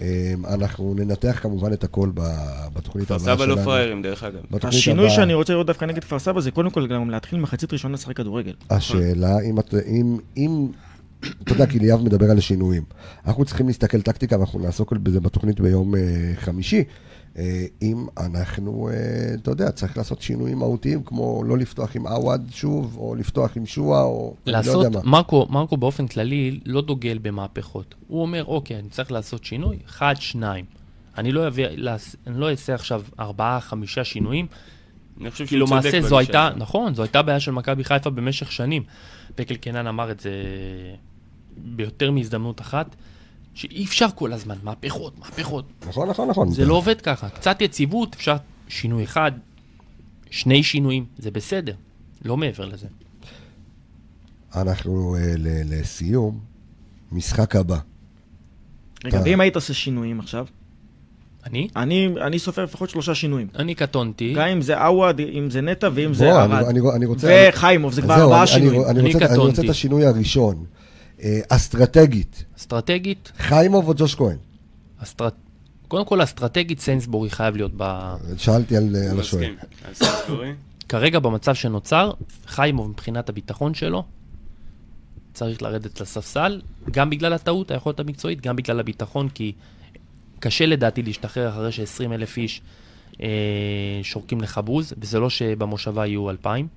אה, אנחנו ננתח כמובן את הכל ב- בתוכנית
כפר
הבאה
סבא
שלנו.
לא פראיירים, דרך אגב.
בתוכנית
השינוי
הבאה,
שאני רוצה לראות דווקא נגד כפר סבא זה קודם כל גם להתחיל מחצית ראשונה לשחק כדורגל.
השאלה, אם, את- אם, אם, אתה יודע, כי ליאב מדבר על שינויים. אנחנו צריכים להסתכל טקטיקה, ואנחנו נעסוק בזה בתוכנית ביום אה, חמישי. אה, אם אנחנו, אה, אתה יודע, צריך לעשות שינויים מהותיים, כמו לא לפתוח עם עווד שוב, או לפתוח עם שואה, או אני לא
לעשות,
יודע מה.
מרקו, מרקו באופן כללי לא דוגל במהפכות. הוא אומר, אוקיי, אני צריך לעשות שינוי, אחד, שניים. אני לא, אביא, לעש- אני לא אעשה עכשיו ארבעה, חמישה שינויים,
אני חושב
כי
שהוא צודק. לא
למעשה כאילו, זו
בגישה
הייתה,
הזאת.
נכון, זו הייתה בעיה של מכבי חיפה במשך שנים. פקל קנן אמר את זה ביותר מהזדמנות אחת, שאי אפשר כל הזמן, מהפכות, מהפכות.
נכון, נכון, נכון.
זה לא עובד ככה. קצת יציבות, אפשר שינוי אחד, שני שינויים, זה בסדר. לא מעבר לזה.
אנחנו אה, ל- לסיום, משחק הבא.
רגע,
אתה-
ואם היית עושה שינויים עכשיו,
אני?
אני אני סופר לפחות שלושה שינויים.
אני קטונתי.
גם אם זה עווד, אם זה נטע ואם זה
בוא, אני-
ערד.
אני אני רוצה...
וחיימוב, זה כבר
זהו,
ארבעה
אני- אני-
שינויים.
אני
אני
רוצה- אני רוצה
קטונתי.
את השינוי הראשון. אה, אסטרטגית,
אסטרטגית,
חיימוב או ג'וש כהן?
אסטרט... קודם כל אסטרטגית סיינסבורי חייב להיות ב...
שאלתי על על השואל.
מסכים. אז לא סנסבורי?
כרגע במצב שנוצר, חיימוב מבחינת הביטחון שלו, צריך לרדת לספסל, גם בגלל הטעות, היכולת המקצועית, גם בגלל הביטחון, כי קשה לדעתי להשתחרר אחרי ש-20 אלף איש אה, שורקים לך בוז, וזה לא שבמושבה יהיו 2,000,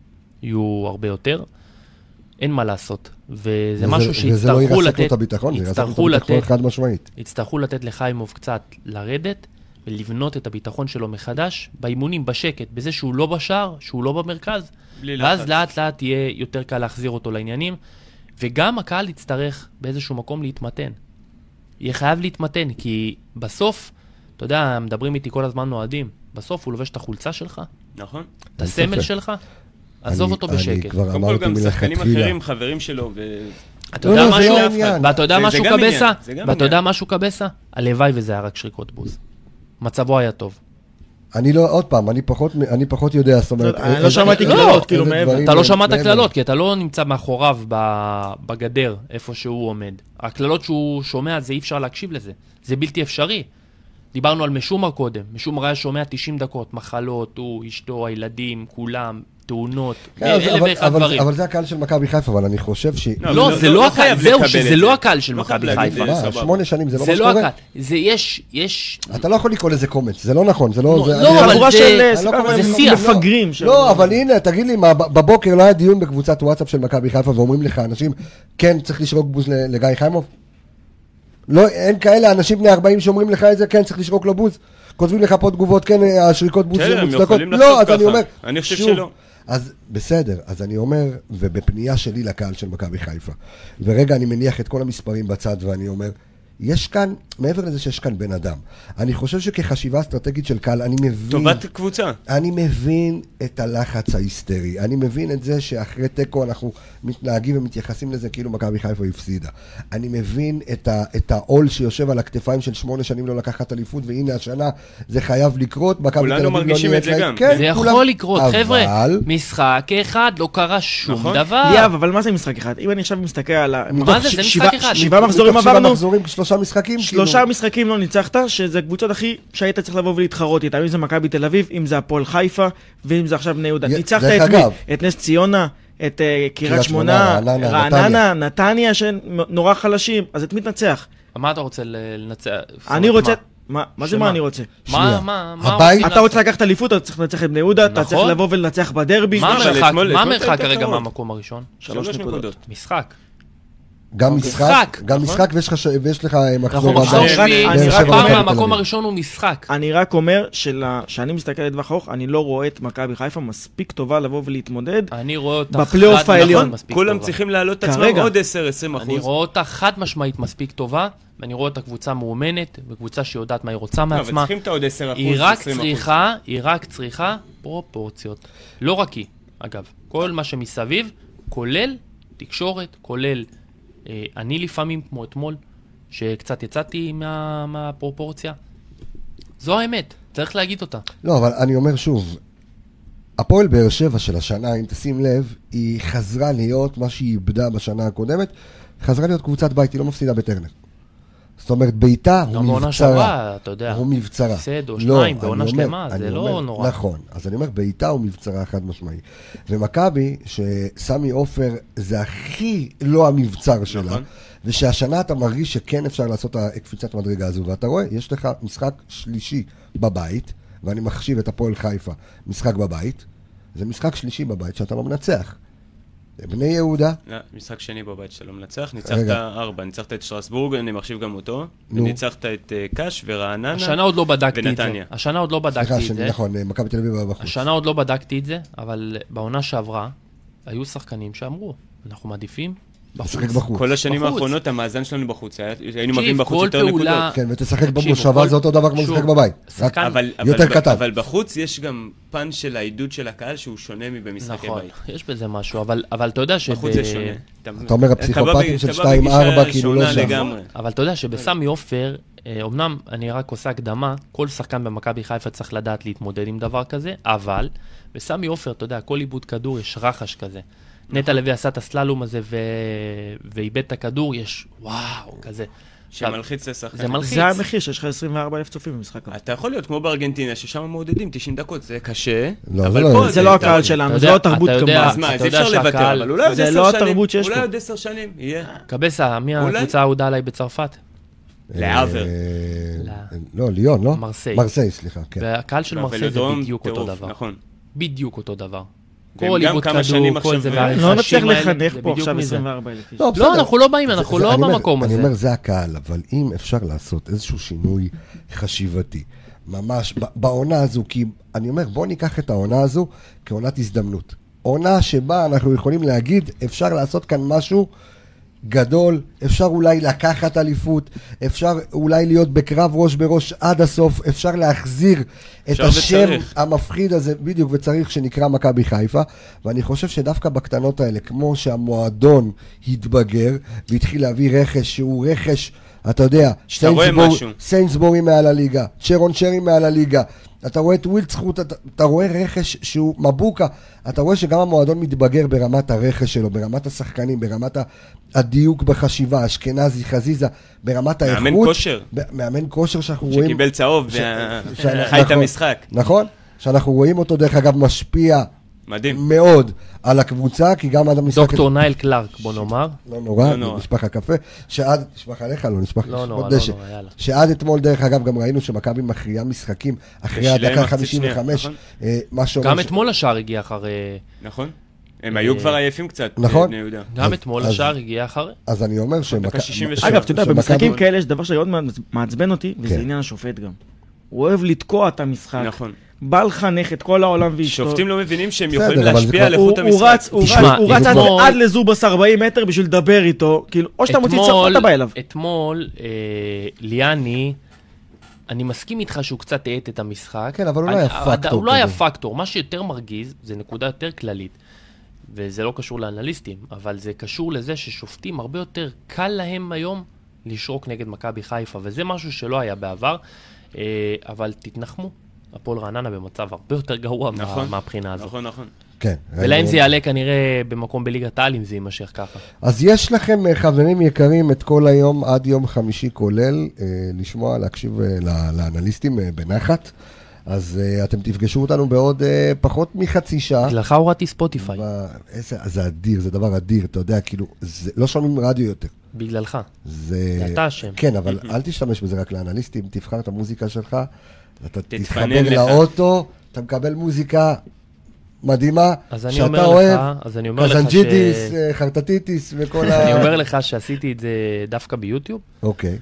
יהיו הרבה יותר. אין מה לעשות, וזה
וזה-
משהו
וזה לא
שיצטרכו
ירסק לו
לתת,
את הביטחון, זה ירסק לו את
יצטרכו
הביטחון
לתת
חד משמעית.
יצטרכו לתת לחיימוב קצת לרדת ולבנות את הביטחון שלו מחדש באימונים, בשקט, בזה שהוא לא בשער, שהוא לא במרכז,
בלי
ואז
לחץ.
לאט לאט יהיה יותר קל להחזיר אותו לעניינים, וגם הקהל יצטרך באיזשהו מקום להתמתן. יהיה חייב להתמתן, כי בסוף, אתה יודע, מדברים איתי כל הזמן אוהדים, בסוף הוא לובש את החולצה שלך,
נכון.
את הסמל
ספק.
שלך, עזוב
אני-
אותו
אני
בשקט.
כבר
קודם כל
אמרתי
גם שחקנים
מלכתחילה.
אחרים, חברים שלו, ו...
אתה
לא,
יודע
לא, זה
משהו,
לא העניין.
ואתה יודע
זה- זה
משהו
גם עניין,
קבסה,
זה גם
ואתה יודע
עניין.
משהו קבסה, הלוואי וזה היה רק שריקות בוז. מצבו היה טוב.
אני לא, עוד פעם, אני פחות- אני פחות יודע, זאת אומרת... אה,
לא, אני לא
איזה-
שמעתי
איזה
קללות,
דברים
כאילו,
הם-
מעבר.
אתה לא שמעת
מעבר.
קללות, כי אתה לא נמצא מאחוריו ב- בגדר, איפה שהוא עומד. הקללות שהוא שומע, זה אי אפשר להקשיב לזה. זה בלתי אפשרי. דיברנו על משומר קודם. משומר היה שומע 90 דקות, מחלות, הוא, אשתו, הילדים, כולם, תאונות,
כן, אז-
אלף
אבל-
ואחד
אבל-
דברים.
אבל זה הקהל של מכבי חיפה, אבל אני חושב ש...
לא,
לא,
אבל
זה
לא-
לא
לא
הקהל,
חייב
זהו,
לקבל את
שזה
זה.
לא הקהל של
לא חייב
מכבי
להגיד,
חיפה.
אה,
מה,
סבבה.
שמונה שנים זה לא מה
זה לא
שקורה?
הקהל. זה יש, יש...
אתה לא יכול לקרוא לזה קומץ, זה לא נכון, זה לא...
לא,
זה-
לא,
אני-
אבל
חבורה
זה-
של אה,
אני לא קורא
סבבה,
לזה
שיח.
מפגרים. של-
לא, אבל הנה, תגיד לי, מה, ב- בבוקר לא היה דיון בקבוצת וואטסאפ של מכבי חיפה ואומרים לך, אנשים, כן, צריך לשרוק בוז ל- לגיא חיימוב? לא, אין כאלה אנשים בני 40 שאומרים לך את זה, כן, צריך לשרוק לו בוז? כותבים לך פה תגובות, כן, השריקות בוז
כן,
זה
הם
מוצדקות?
יכולים
לא,
לחשוב
אז אני
ככה.
אומר,
אני חושב
שוב,
שלא.
אז בסדר, אז אני אומר, ובפנייה שלי לקהל של מכבי חיפה, ורגע, אני מניח את כל המספרים בצד ואני אומר, יש כאן, מעבר לזה שיש כאן בן אדם, אני חושב שכחשיבה אסטרטגית של קהל, אני מבין...
טובת קבוצה.
אני מבין את הלחץ ההיסטרי. אני מבין את זה שאחרי תיקו אנחנו מתנהגים ומתייחסים לזה כאילו מכבי חיפה הפסידה. אני מבין את, ה, את העול שיושב על הכתפיים של שמונה שנים לא לקחת אליפות, והנה השנה זה חייב לקרות. מכבי
כולנו
תל אביב לא
מרגישים
נראית
את זה
להם-
גם.
כן,
זה
כולם-
יכול לקרות, חבר'ה.
אבל...
משחק אחד, לא קרה שום
נכון.
דבר.
ליאב, אבל מה זה משחק אחד? אם אני עכשיו מסתכל על ה...
אה. מה זה?
ש-
זה
שבעה-
משחק אחד.
שבעה מחזורים
מתוך שבעה
עברנו,
מחזורים, כאילו. שלושה משחקים?
שלושה
כאילו,
משחקים לא ניצחת, שזה הקבוצות הכי שהיית צריך לבוא ולהתחרות איתם, אם זה מכבי תל אביב, אם זה הפועל חיפה, ואם זה עכשיו בני יהודה.
י-
ניצחת
דרך
את מי?
אגב.
את נס ציונה, את אה, קריית
שמונה,
שמונה,
רעננה,
רעננה, נתניה, שנורא חלשים, אז את מי תנצח?
מה אתה רוצה לנצח?
אני רוצה...
מה?
מה מה זה
שמה?
מה אני רוצה?
מה,
שנייה.
מה, מה
הבית-
רוצים
אתה
לעשות?
רוצה לקחת אליפות, אתה צריך לנצח את בני יהודה, אתה צריך
נכון.
לבוא ולנצח בדרבי.
מה
אבל
המרחק,
אתמול-
מה
אתמול
המרחק
הייתה
כרגע
טעות.
מהמקום הראשון?
שלוש נקודות.
משחק.
גם
אוקיי.
משחק,
משחק,
גם
נכון?
משחק ויש לך ש- ויש לך אה,
אנחנו
מחזור
מחזור
הבא.
לא, אני רק-
שביעי,
אני רק
פעם
אומר-
המקום הראשון הוא משחק.
אני רק אומר שכשאני מסתכל לטווח ארוך, אני לא רואה את מכבי חיפה מספיק טובה לבוא ולהתמודד.
אני רואה אותך
בפלייאוף
חד-
העליון.
נכון, מספיק
כולם
טובה.
צריכים להעלות את עצמם
כרגע.
עוד 10-20
אני
אחוז.
רואה אותה חד משמעית מספיק טובה, ואני רואה אותה קבוצה מאומנת, וקבוצה שיודעת מה היא רוצה
לא, אבל
מעצמה.
צריכים את העוד 10 אחוז,
היא רק
20 אחוז.
צריכה, היא רק צריכה פרופורציות. לא רק היא, אגב. כל מה שמסביב, כולל תקשורת, כולל אה, אני לפעמים, כמו אתמול, שקצת יצאתי מה, מהפרופורציה. זו האמת, צריך להגיד אותה.
כן.
לא, אבל אני אומר שוב, הפועל באר שבע של השנה, אם תשים לב, היא חזרה להיות מה שהיא איבדה בשנה הקודמת, חזרה להיות קבוצת בית, היא לא מפסידה בטרנר. זאת אומרת, ביתה הוא מבצרה.
גם בעונה שעברה, אתה יודע.
הוא מבצרה.
הפסד או
לא,
שניים
אני
בעונה
אומר-
שלמה, זה
אני
לא
אומר,
נורא.
נכון, אז אני אומר, בעיטה הוא מבצרה חד משמעי. ומכבי, שסמי עופר זה הכי לא המבצר שלה,
נכון.
ושהשנה אתה מרגיש שכן אפשר לעשות את הקפיצת מדרגה הזו, ואתה רואה, יש לך משחק שלישי בבית, ואני מחשיב את הפועל חיפה, משחק בבית, זה משחק שלישי בבית שאתה לא מנצח. בני יהודה,
לא, משחק שני בבית שאתה לא מנצח, ניצחת
רגע.
ארבע, ניצחת את שטרסבורג, אני מחשיב גם אותו,
נו.
וניצחת את אה, קאש ורעננה.
השנה עוד לא בדקתי את זה.
ונתניה.
השנה עוד לא
סליחה,
בדקתי את
אה?
שאני-
זה.
נכון, מכבי תל אביב בחוץ.
השנה עוד לא בדקתי את זה, אבל בעונה שעברה, היו שחקנים שאמרו, אנחנו מעדיפים בחוץ.
תשחק בחוץ.
כל השנים
בחוץ.
האחרונות המאזן שלנו בחוץ, היה- היינו
תקשיב,
מביאים בחוץ
כל
יותר נקודות.
פעולה-
כן, ותשחק
תקשיבו,
במושבה,
כל-
זה אותו דבר כמו
שוב,
לשחק בבית. רק
שחקן-
אבל,
יותר
אבל,
קטן.
אבל בחוץ יש גם פן של העידוד של הקהל שהוא שונה מבמשחקי
נכון,
בית.
יש בזה משהו, אבל, אבל אתה יודע שב...
בחוץ זה שונה.
אתה אומר, הפסיכופטים של 2-4 כאילו לא שם.
אבל אתה יודע שבסמי עופר, אה, אומנם אני רק עושה הקדמה, כל שחקן במכבי חיפה צריך לדעת להתמודד עם דבר כזה, אבל בסמי עופר, אתה יודע, כל עיבוד כדור יש רחש כזה.
נכון.
נטע לוי עשה את הסללום הזה ו... ואיבד את הכדור, יש וואו, כזה.
שמלחיץ את השחקן.
זה מלחיץ.
זה המחיר שיש לך 24,000 צופים במשחק הזה.
אתה יכול להיות כמו בארגנטינה, ששם מעודדים 90 דקות, זה קשה,
לא, זה
אבל
לא-
פה
זה
זה לא
אתה-
הקהל
אה, אתה
שלנו,
יודע-
זה לא
אתה
התרבות
יודע-
קמב"ץ.
אז מה,
אתה
אז
יודע
אפשר לוותר,
שהקהל-
אבל אולי עוד
זה
10
לא
שנים,
התרבות שיש
אולי
פה.
עוד 10 שנים, יהיה.
אה, קבסה, מי
אולי?
הקבוצה האהודה עליי בצרפת?
להאבר.
אה,
לא.
לא, ליון, לא?
מרסיי.
מרסיי, סליחה, כן.
והקהל של מרסיי זה
ולדרום,
בדיוק אותו
לא, טירוף,
דבר.
נכון.
בדיוק אותו דבר.
והם
כל
גם
עיבוד
כמה שנים
כדור, כל
עכשיו אה,
זה,
ב-
לא נצליח
והרכשים האלה,
לחנך
זה
פה
בדיוק
עכשיו
מזה.
24,000 איש.
לא,
לא,
בסדר.
אנחנו לא באים,
זה-
אנחנו
זה-
לא
אני אומר-
במקום
אני אומר,
הזה.
זה הקהל, אבל אם אפשר לעשות איזשהו שינוי חשיבתי, ממש ב- בעונה הזו, כי אני אומר, בואו ניקח את העונה הזו כעונת הזדמנות. עונה שבה אנחנו יכולים להגיד, אפשר לעשות כאן משהו גדול, אפשר אולי לקחת אליפות, אפשר אולי להיות בקרב ראש בראש עד הסוף, אפשר להחזיר את
אפשר
השם
וצריך.
המפחיד הזה, בדיוק, וצריך שנקרא מכבי חיפה, ואני חושב שדווקא בקטנות האלה, כמו שהמועדון התבגר, והתחיל להביא רכש שהוא רכש, אתה יודע,
שאתה רואה
סיינסבורי-
משהו.
סיינסבורי מעל הליגה, צ'רון שרי מעל הליגה, אתה רואה את ווילדסחוט, אתה, אתה רואה רכש שהוא מבוקה, אתה רואה שגם המועדון מתבגר ברמת הרכש שלו, ברמת השחקנים, ברמת ה- הדיוק בחשיבה, אשכנזי, חזיזה, ברמת האיכות.
מאמן כושר.
ב- מאמן כושר שאנחנו רואים.
שקיבל צהוב,
ש-
וה-
שאנחנו-
חי את המשחק.
נכון, שאנחנו רואים אותו דרך אגב משפיע
מדהים.
מאוד על הקבוצה, כי גם עד המשחק...
דוקטור נייל קלארק, בוא נאמר.
לא נורא,
לא נורא.
נשפך הקפה, שעד, נשפך עליך, לא נשפך
לא נורא,
עוד
לא
דשא.
נורא, יאללה.
שעד אתמול, דרך אגב, גם ראינו שמכבי מכריעה משחקים אחרי
בשלהם
הדקה
מחצית שנייה,
55,
נכון.
אה, מה שאומר...
גם
ש-
אתמול השער הגיע אחרי...
נכון? הם היו כבר עייפים קצת,
נכון.
בני יהודה.
אז-
גם אתמול
אז-
השער הגיע אחרי.
אז אני אומר שמכבי...
דקה 67.
אגב, אתה יודע,
שמכבי-
במשחקים כן. כאלה יש דבר שמאוד מעצבן אותי, וזה
כן.
עניין השופט גם. הוא אוהב לתקוע את המשחק.
נכון.
בא לחנך את כל העולם ואשתו.
שופטים לא מבינים שהם
בסדר,
יכולים
אבל זה
להשפיע
כבר-
על
אה, הוא
איכות
הוא רץ,
המשחק.
הוא רץ,
תשמע,
הוא רץ עד-
אתמול-
עד לזובס 40 מטר בשביל לדבר איתו, כאילו, או שאתה מוציא צרפת, אתה בא אליו.
אתמול, אה, ליאני, אני מסכים איתך שהוא קצת האט את המשחק.
כן, אבל הוא לא
אני-
היה פקטור
הוא לא היה
כזה.
פקטור. מה שיותר מרגיז, זה נקודה יותר כללית. וזה לא קשור לאנליסטים, אבל זה קשור לזה ששופטים הרבה יותר קל להם היום לשרוק נגד מכבי חיפה, וזה משהו שלא היה בעבר. אה, אבל תתנחמו, הפועל רעננה במצב הרבה יותר גרוע מה-
נכון.
מהבחינה הזאת.
נכון, נכון.
כן.
ולהם
ראינו-
זה יעלה כנראה במקום בליגת העל אם זה יימשך ככה.
אז יש לכם, אה, חברים יקרים, את כל היום עד יום חמישי כולל, אה, לשמוע, להקשיב אה, ל- לאנליסטים אה, בנחת. אז אה, אתם תפגשו אותנו בעוד אה, פחות מחצי שעה.
בגללך הורדתי ספוטיפיי,
ב- איזה, זה אדיר, זה דבר אדיר, אתה יודע, כאילו, זה, לא שומעים רדיו יותר.
בגללך.
זה...
אתה אשם.
כן,
<laughs>
אבל אל תשתמש בזה רק לאנליסטים, תבחר את המוזיקה שלך, אתה
תתפנן
תתחבר
לך.
לאוטו, אתה מקבל מוזיקה מדהימה,
אז אני
שאתה
אומר
אוהב,
לך, אז אני אומר לך ש-
קזנג'יטיס, אה, חרטטיטיס וכל ה...
<laughs> אני אומר לך שעשיתי את זה דווקא ביוטיוב,
אוקיי.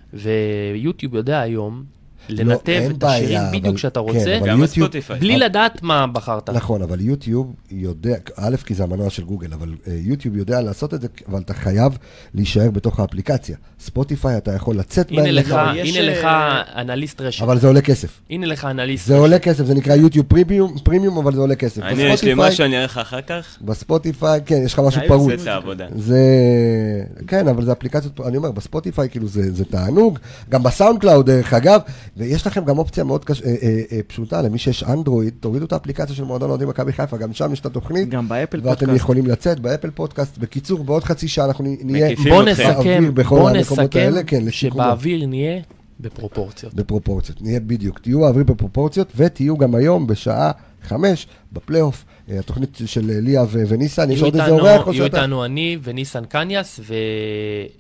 ויוטיוב יודע היום
לא,
לנתב
אין
את
בעיה,
השירים
אבל-
בדיוק שאתה
כן, אבל
רוצה,
גם נכון.
יוטיוב-
הספוטיפיי.
בלי לדעת מה בחרת.
נכון, אבל יוטיוב יודע, א', כי זה המנוע של גוגל, אבל אה, יוטיוב יודע לעשות את זה, אבל אתה חייב להישאר בתוך האפליקציה. ספוטיפיי, אתה יכול לצאת
הנה לך,
לגמרי,
יש,
הנה לך
אה,
אנליסט רשת,
אבל זה עולה כסף.
הנה לך אנליסט
זה עולה כסף, זה נקרא יוטיוב פרימיום, פרימיום, אבל זה עולה כסף.
אני, יש לי
בספוטיפיי-
משהו, אני אראה לך אחר כך.
בספוטיפיי, אה, כן, יש לך משהו
היי,
פרוץ.
זה את העבודה.
זה... כן, אבל זה אפליקציות, אני אומר, בספוטיפיי כאילו זה, זה תענוג, גם בסאונד קלאוד דרך אגב, ויש לכם גם אופציה מאוד קש... אה, אה, אה, פשוטה, למי שיש אנדרואיד, תורידו את האפליקציה של מועדון אוהדים מכבי חיפה, גם שם יש את התוכנית,
גם באפל
ואתם
פודקאסט.
יכולים לצאת באפל פודקאסט. בקיצור, בעוד חצי שעה אנחנו נהיה
מקיפים.
בוא
אתכם.
באוויר
נסכם,
בכל
בוא
המקומות
נסכם
האלה, כן, לסיכום.
שבאוויר נהיה בפרופורציות.
בפרופורציות, נהיה בדיוק, תהיו באוויר בפרופורציות, ותהיו גם היום בשעה חמש בפלייאוף, אה, התוכנית של אה, ליה ו- וניסן, יש
יהיו
עוד איזה
איתנו-
אורח? או
יהיו
שאתה-
איתנו אני וניסן קניאס,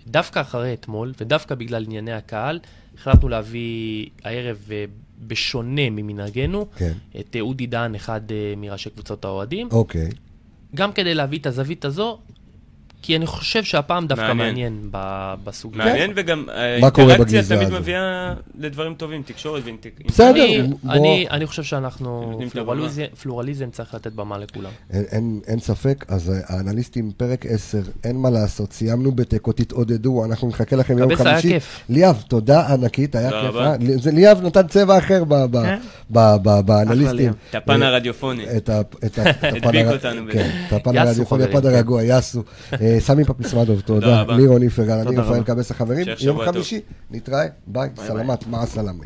ודווקא אחרי אתמול, ודווקא בגלל ענייני הקהל, החלטנו להביא הערב, אה, בשונה ממנהגנו,
כן,
את אה, אודי דהן, אחד אה, מראשי קבוצות האוהדים,
אוקיי.
גם כדי להביא את הזווית הזו, כי אני חושב שהפעם דווקא
מעניין.
מעניין ב- בסוגיה.
מעניין, וגם
קורה
האינטראקציה
בגזרה
תמיד
הזו?
מביאה לדברים טובים, תקשורת ואינטראקציה.
בסדר.
אני-
בוא-
אני- אני חושב שאנחנו,
נותנים את הבמה.
פלורליזם- פלורליזם צריך לתת במה לכולם.
אין, אין, אין ספק, אז אה, האנליסטים, פרק 10, אין מה לעשות, סיימנו בתיקו, תתעודדו, אנחנו נחכה לכם יום
קבס, היה
חמישי.
כיף.
ליאב, תודה ענקית, היה
תודה
כיף.
רבה.
אה? ל- זה- ליאב נתן צבע אחר ב- ב-
אה?
ב- ב- באנליסטים.
ליאב.
את הפן
אה,
הרדיופוני.
את ה- את ה-
<laughs>
את הפן
הדביק
הר-
אותנו בזה.
כן, את הפן
יאסו,
הרדיופוני,
חברים,
הפן
כן.
הרגוע, יאסו. אה, סמי פפסמדוב,
תודה